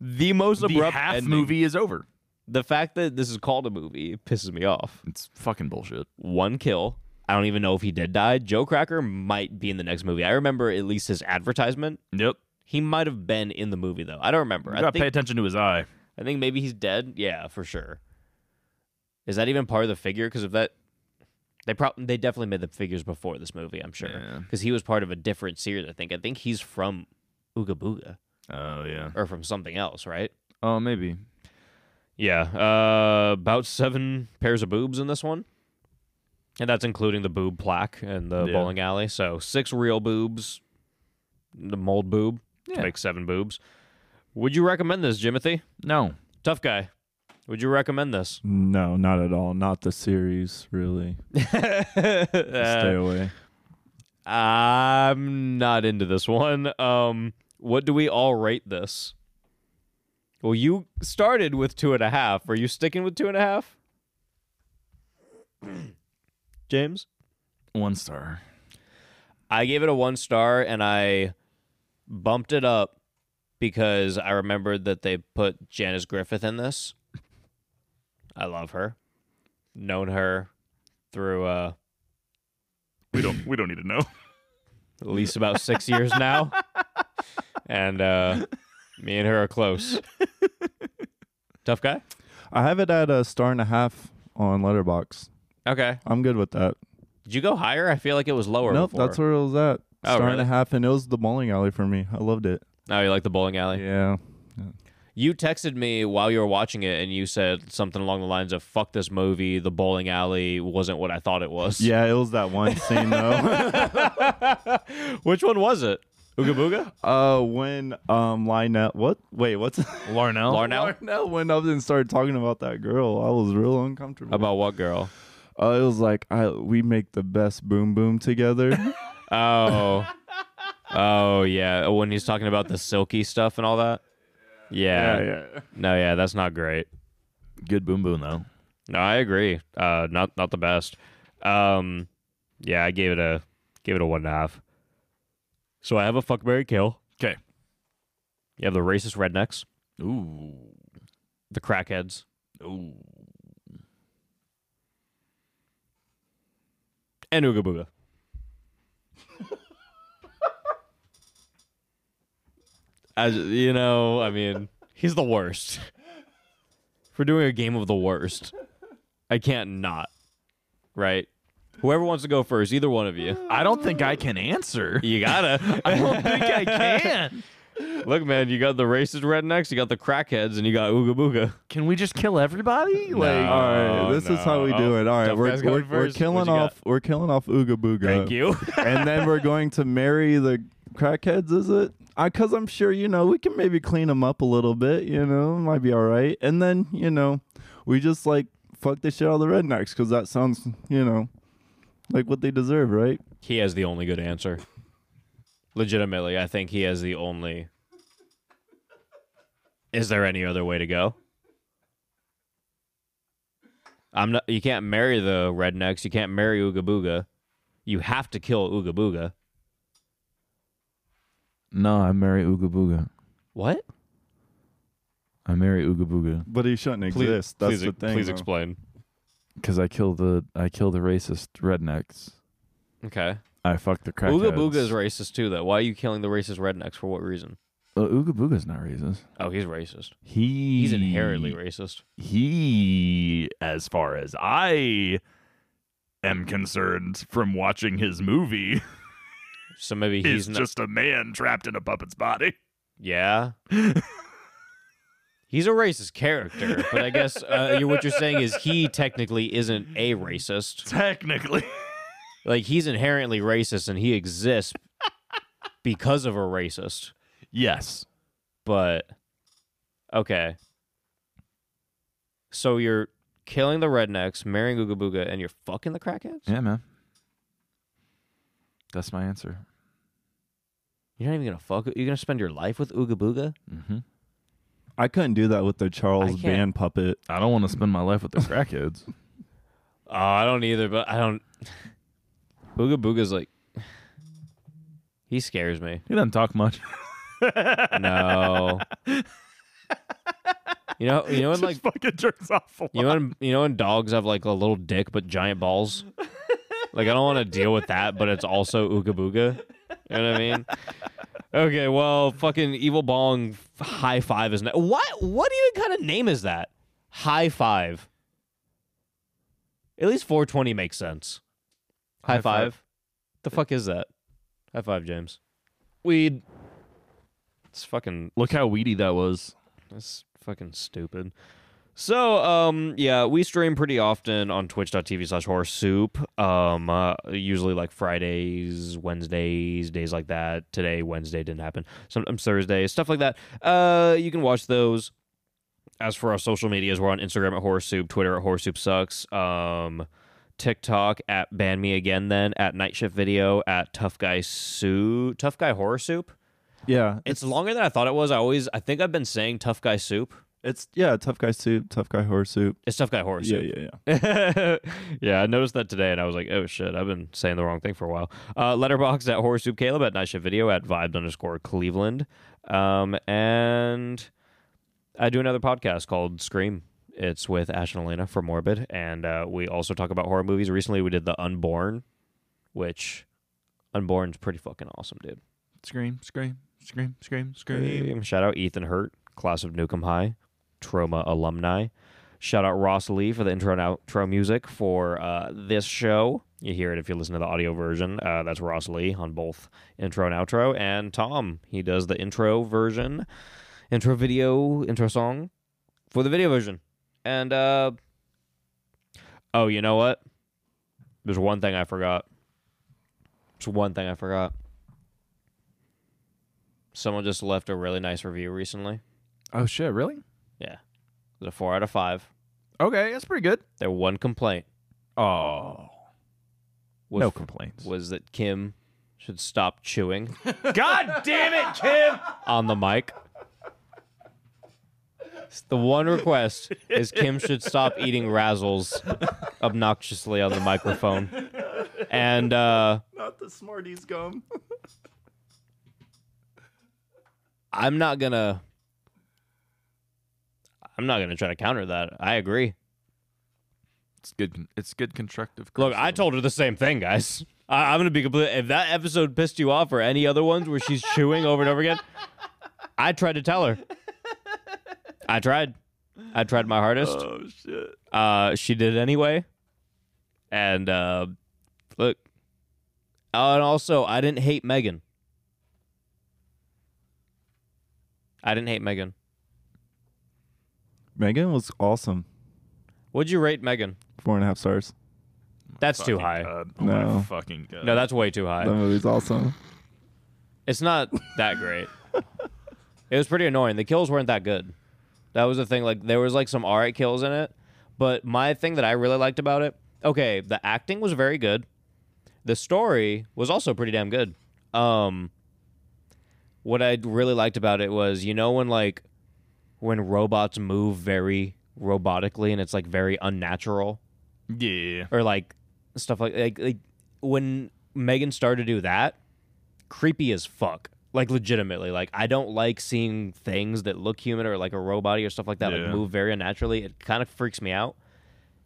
The most The abrupt half ending. movie is over. The fact that this is called a movie pisses me off. It's fucking bullshit. One kill. I don't even know if he did die. Joe Cracker might be in the next movie. I remember at least his advertisement. Yep. He might have been in the movie though. I don't remember. You I gotta pay think attention to his eye. I think maybe he's dead. Yeah, for sure. Is that even part of the figure? Because if that, they probably they definitely made the figures before this movie. I'm sure Yeah. because he was part of a different series. I think. I think he's from Ooga Booga Oh yeah. or from something else, right? Oh maybe. Yeah, uh, about seven pairs of boobs in this one, and that's including the boob plaque and the Yeah. bowling alley. So six real boobs, the mold boob Yeah. to make seven boobs. Would you recommend this, Jimothy? No. Tough guy. Would you recommend this? No, not at all. Not the series, really. Stay Uh, away. I'm not into this one. Um, what do we all rate this? Well, you started with two and a half. Are you sticking with two and a half? James? One star. I gave it a one star and I bumped it up because I remembered that they put Janice Griffith in this. I love her. Known her through uh, We don't we don't need to know. at least about six years now. And uh, me and her are close. Tough guy? I have it at a star and a half on Letterbox. Okay. I'm good with that. Did you go higher? I feel like it was lower. nope, before. that's where it was at. Oh, star and really? a half, and it was the bowling alley for me. I loved it. Oh, you like the bowling alley? Yeah. You texted me while you were watching it and you said something along the lines of, fuck this movie. The bowling alley wasn't what I thought it was. Yeah, it was that one scene [LAUGHS] though. [LAUGHS] Which one was it? Ooga Booga? [LAUGHS] uh, when um Lionel, what? Wait, [LAUGHS] what's [LAUGHS] Larnell. Larnell? Lionel went up and started talking about that girl? I was real uncomfortable. About what girl? uh, it was like I we make the best boom [LAUGHS] boom together. Oh. Oh, yeah. When he's talking about the silky stuff and all that? Yeah. No, yeah, that's not great. Good boom boom though. No, I agree. Uh, not not the best. Um, yeah, I gave it a gave it a one and a half. So I have a fuck Mary kill. Okay. You have the racist rednecks, Ooh. the crackheads, Ooh. and Ooga Booga. [LAUGHS] As you know, I mean, he's the worst. If we're doing a game of the worst, I can't not. Right? Whoever wants to go first, either one of you. I don't think I can [LAUGHS] answer. You gotta. [LAUGHS] I don't think I can. Look, man, you got the racist rednecks, you got the crackheads, and you got Ooga Booga. [LAUGHS] Can we just kill everybody? Like All [LAUGHS] right, this is how we do it. All Oh, right, Tough we're, guy's going we're, we're first. What killing you got? off we're killing off Ooga Booga. Thank you. and then we're going to marry the crackheads, is it? Because I'm sure, you know, we can maybe clean them up a little bit, you know, might be all right. And then, you know, we just like fuck the shit out of the rednecks because that sounds, you know, like what they deserve, right? he has the only good answer. Legitimately, I think he has the only. Is there any other way to go? I'm not. You can't marry the rednecks. You can't marry Ooga Booga. You have to kill Ooga Booga. No, I marry Ooga Booga. What? I marry Ooga Booga But he shouldn't Please, exist. That's please, the thing. please though. explain. because I kill the I kill the racist rednecks. Okay. I fuck the crackheads. Ooga Booga is racist too, though. Why are you killing the racist rednecks? For what reason? Uh, Ooga Booga's not racist. Oh, he's racist. He He's inherently racist. he as far as I am concerned from watching his movie So maybe is he's not. just a man trapped in a puppet's body. [LAUGHS] Yeah. He's a racist character, but I guess uh, you what you're saying is he technically isn't a racist. Technically. Like he's inherently racist, and he exists because of a racist. yes. But okay, So you're killing the rednecks, marrying Ooga Booga, and you're fucking the crackheads? Yeah, man. That's my answer. You're not even gonna fuck. You're gonna spend your life with Ooga Booga. Mm-hmm. I couldn't do that with the I Charles can't. band puppet. I don't want to spend my life with the [LAUGHS] crackheads. Oh, I don't either, but I don't. Ooga Booga's like, he scares me. he doesn't talk much. No. you know, you [LAUGHS] know, when, like fucking jerks off. you know, when, you know, when dogs have like a little dick but giant balls. Like I don't want to deal with that, but it's also Ooga Booga. You know what I mean? Okay, well, fucking evil bong high five is not. What? What even kind of name is that? High five. At least 420 makes sense. High, High five. five. The fuck is that? High five, James. Weed. It's fucking Look how weedy that was. that's fucking stupid. So, um, yeah, we stream pretty often on twitch.tv slash horse soup. Um, uh, usually like Fridays, Wednesdays, days like that. Today, Wednesday didn't happen. Sometimes Thursdays, stuff like that. Uh, you can watch those. As for our social medias, we're on Instagram at horse soup, Twitter at horse soup sucks. Um, TikTok at ban me again, then at night shift video at tough guy soup, tough guy horror soup. Yeah, It's longer than I thought it was. I always, I think I've been saying tough guy soup. it's yeah, tough guy soup, tough guy horse soup. It's tough guy horror Yeah, soup. yeah, yeah. [LAUGHS] Yeah, I noticed that today, and I was like, oh shit, I've been saying the wrong thing for a while. Uh, letterbox at horror soup Caleb at night shift video at vibes underscore Cleveland, um, and I do another podcast called Scream. It's with Ash and Elena from Morbid, and uh, we also talk about horror movies. Recently, we did The Unborn, which Unborn's pretty fucking awesome, dude. Scream, scream, scream, scream, Scream. Shout out Ethan Hurt, class of Newcomb High, Trauma alumni. Shout out Ross Lee for the intro and outro music for uh, this show. You hear it if you listen to the audio version. Uh, that's Ross Lee on both intro and outro. And Tom, he does the intro version, intro video, intro song for the video version. And, uh, oh, you know what? There's one thing I forgot. There's one thing I forgot. Someone just left a really nice review recently. Oh shit, really? Yeah. It was a four out of five. Okay, that's pretty good. Their one complaint Oh, was no complaints. was that Kim should stop chewing [LAUGHS] God damn it, Kim! on the mic. The one request is Kim should stop eating razzles obnoxiously on the microphone. And uh, Not the Smarties gum. I'm not gonna I'm not gonna try to counter that. I agree. It's good. It's good constructive. Look, I told her the same thing, guys. I, I'm gonna be complete. If that episode pissed you off, or any other ones where she's chewing over and over again, I tried to tell her. I tried. I tried my hardest. Oh shit. Uh, she did it anyway. And uh, look. Oh, and also, I didn't hate Megan. I didn't hate Megan. Megan was awesome. What'd you rate Megan? Four and a half stars. Oh That's too high. No. no, fucking god. No, that's way too high. That movie's awesome. It's not that great. it was pretty annoying. The kills weren't that good. That was the thing. Like there was like some all right kills in it, but my thing that I really liked about it, okay, the acting was very good. The story was also pretty damn good. Um, what I really liked about it was, you know, when like when robots move very robotically and it's like very unnatural yeah. or like stuff like like, like when Megan started to do that, creepy as fuck. Like legitimately, like I don't like seeing things that look human or like a robot or stuff like that like Yeah. move very unnaturally. It kind of freaks me out.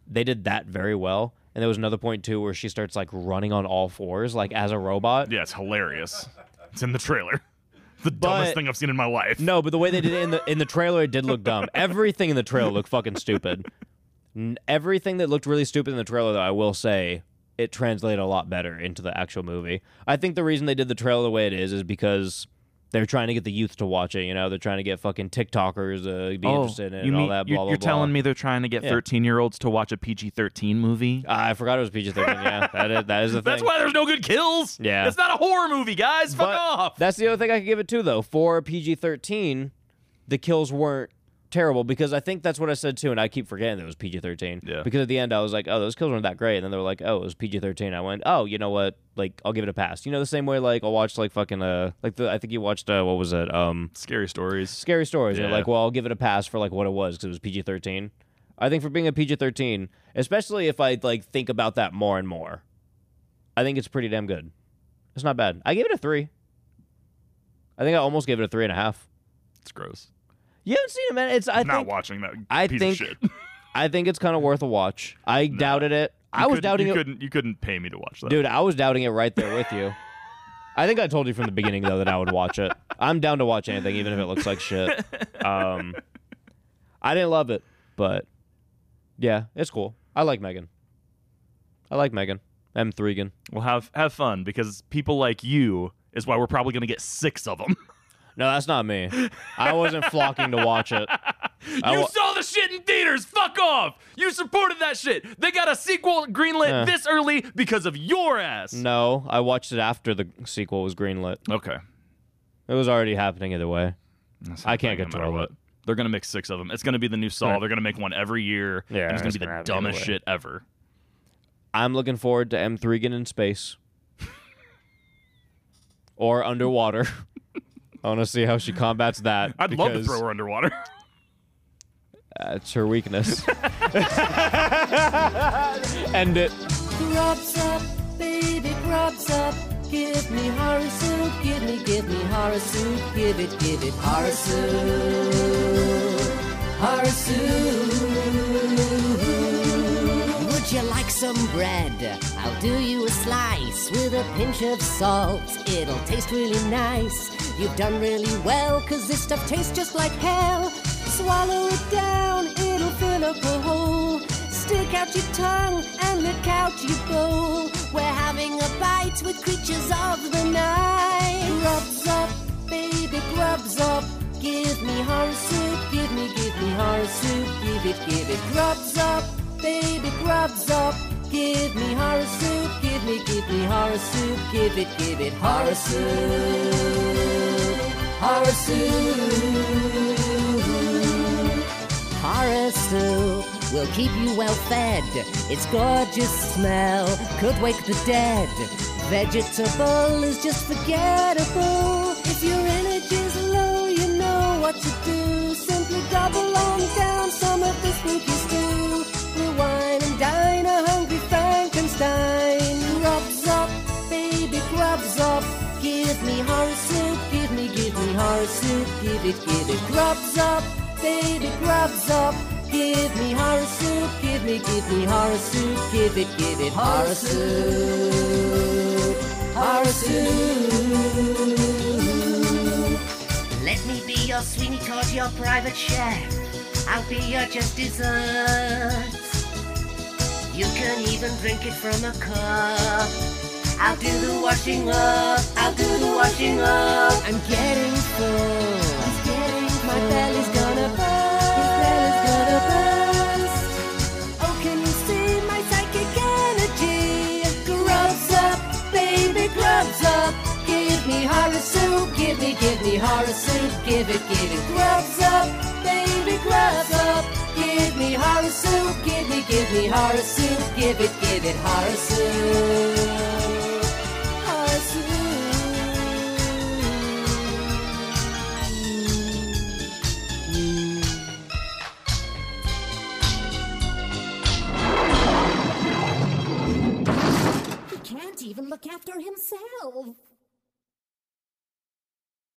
They did that very well. And there was another point too where she starts like running on all fours, like as a robot. Yeah, it's hilarious. It's in the trailer. [LAUGHS] The dumbest But- thing I've seen in my life. No, but the way they did it in the in the trailer, it did look dumb. Everything in the trailer looked fucking stupid. N- Everything that looked really stupid in the trailer, though, I will say, it translated a lot better into the actual movie. I think the reason they did the trailer the way it is is because they're trying to get the youth to watch it. You know, they're trying to get fucking TikTokers uh, to be interested in it and all that. Blah Oh, you're, blah. you're blah. telling me they're trying to get Yeah. 13 year olds to watch a PG 13 movie? Ah, I forgot it was PG thirteen. Yeah, that is that is the [LAUGHS] That's thing. why there's no good kills. Yeah. It's not a horror movie, guys. Fuck But off. That's the other thing I could give it to though. For PG thirteen, the kills weren't terrible because I think that's what I said too, and I keep forgetting that it was PG thirteen. Yeah. Because at the end I was like, oh, those kills weren't that great, and then they were like, oh, it was PG thirteen. I went, oh, you know what? Like, I'll give it a pass. You know, the same way like I watched like fucking uh like the I think you watched uh what was it um Scary stories. scary stories. And you're Yeah. like, well, I'll give it a pass for like what it was because it was PG thirteen. I think for being a PG thirteen, especially if I like think about that more and more, I think it's pretty damn good. It's not bad. I gave it a three. I think I almost gave it a three and a half. It's gross. You haven't seen it, man. It's I I'm not think watching that I piece think of shit. I think it's kind of worth a watch. I doubted it. I You was couldn't- doubting you it, Couldn't, you couldn't pay me to watch that. dude. I was doubting it right there with you. I think I told you from the beginning though that I would watch it. I'm down to watch anything, even if it looks like shit. Um, I didn't love it, but yeah, it's cool. I like Megan. I like Megan. M Threegan. Well, have have fun because people like you is why we're probably going to get six of [LAUGHS] them. No, that's not me. I wasn't flocking to watch [LAUGHS] it. I you wa- saw the shit in theaters. Fuck off. You supported that shit. They got a sequel greenlit Eh. this early because of your ass. No, I watched it after the sequel was greenlit. Okay. It was already happening either way. I can't No matter control it. what. They're going to make six of them. It's going to be the new Saw. They're going to make one every year. Yeah, and it's going it's to be gonna the happen dumbest anyway. shit ever. I'm looking forward to M Threegan in space or [LAUGHS] underwater. I want to see how she combats that. I'd love to because throw her underwater. That's her weakness. End it. Grubs up, baby, grubs up. Give me horror soup, give me, give me horror soup, give it, give it horror soup, horror soup. Would you like some bread? I'll do you a slice with a pinch of salt. It'll taste really nice. You've done really well, cause this stuff tastes just like hell. Swallow it down, it'll fill up a hole. Stick out your tongue and look out your bowl. We're having a bite with creatures of the night. Grubs up, baby, grubs up. Give me horror soup, give me, give me horror soup, give it, give it. Grubs up, baby, grubs up. Give me horror soup, give me, give me horror soup, give it, give it horror soup, horror soup. Horror soup will keep you well fed. Its gorgeous smell could wake the dead. Vegetable is just forgettable. If your energy's low, you know what to do. Simply double on down some of this spooky stew. Rewind and dine a hungry Frankenstein. Rubs up, baby, grubs up. Give me horror soup, give me, give me horror soup, give it, give it. Grubs up baby grubs up. Give me horror soup, give me, give me horror soup, give it, give it horror soup, horror soup. Let me be your Sweeney Todd, your private chef. I'll be your just dessert. You can even drink it from a cup. I'll do the washing up. I'll do the washing up. I'm getting full. I'm getting My belly's gonna burst. His belly's gonna burst. Oh, can you see my psychic energy? Grubs up, baby, grubs up. Give me horror soup. Give me, give me horror soup. Give it, give it. Grubs up, baby, grubs up. Give me horror soup. Give me, give me horror soup. Give it, give it horror soup. Horror soup. He can't even look after himself.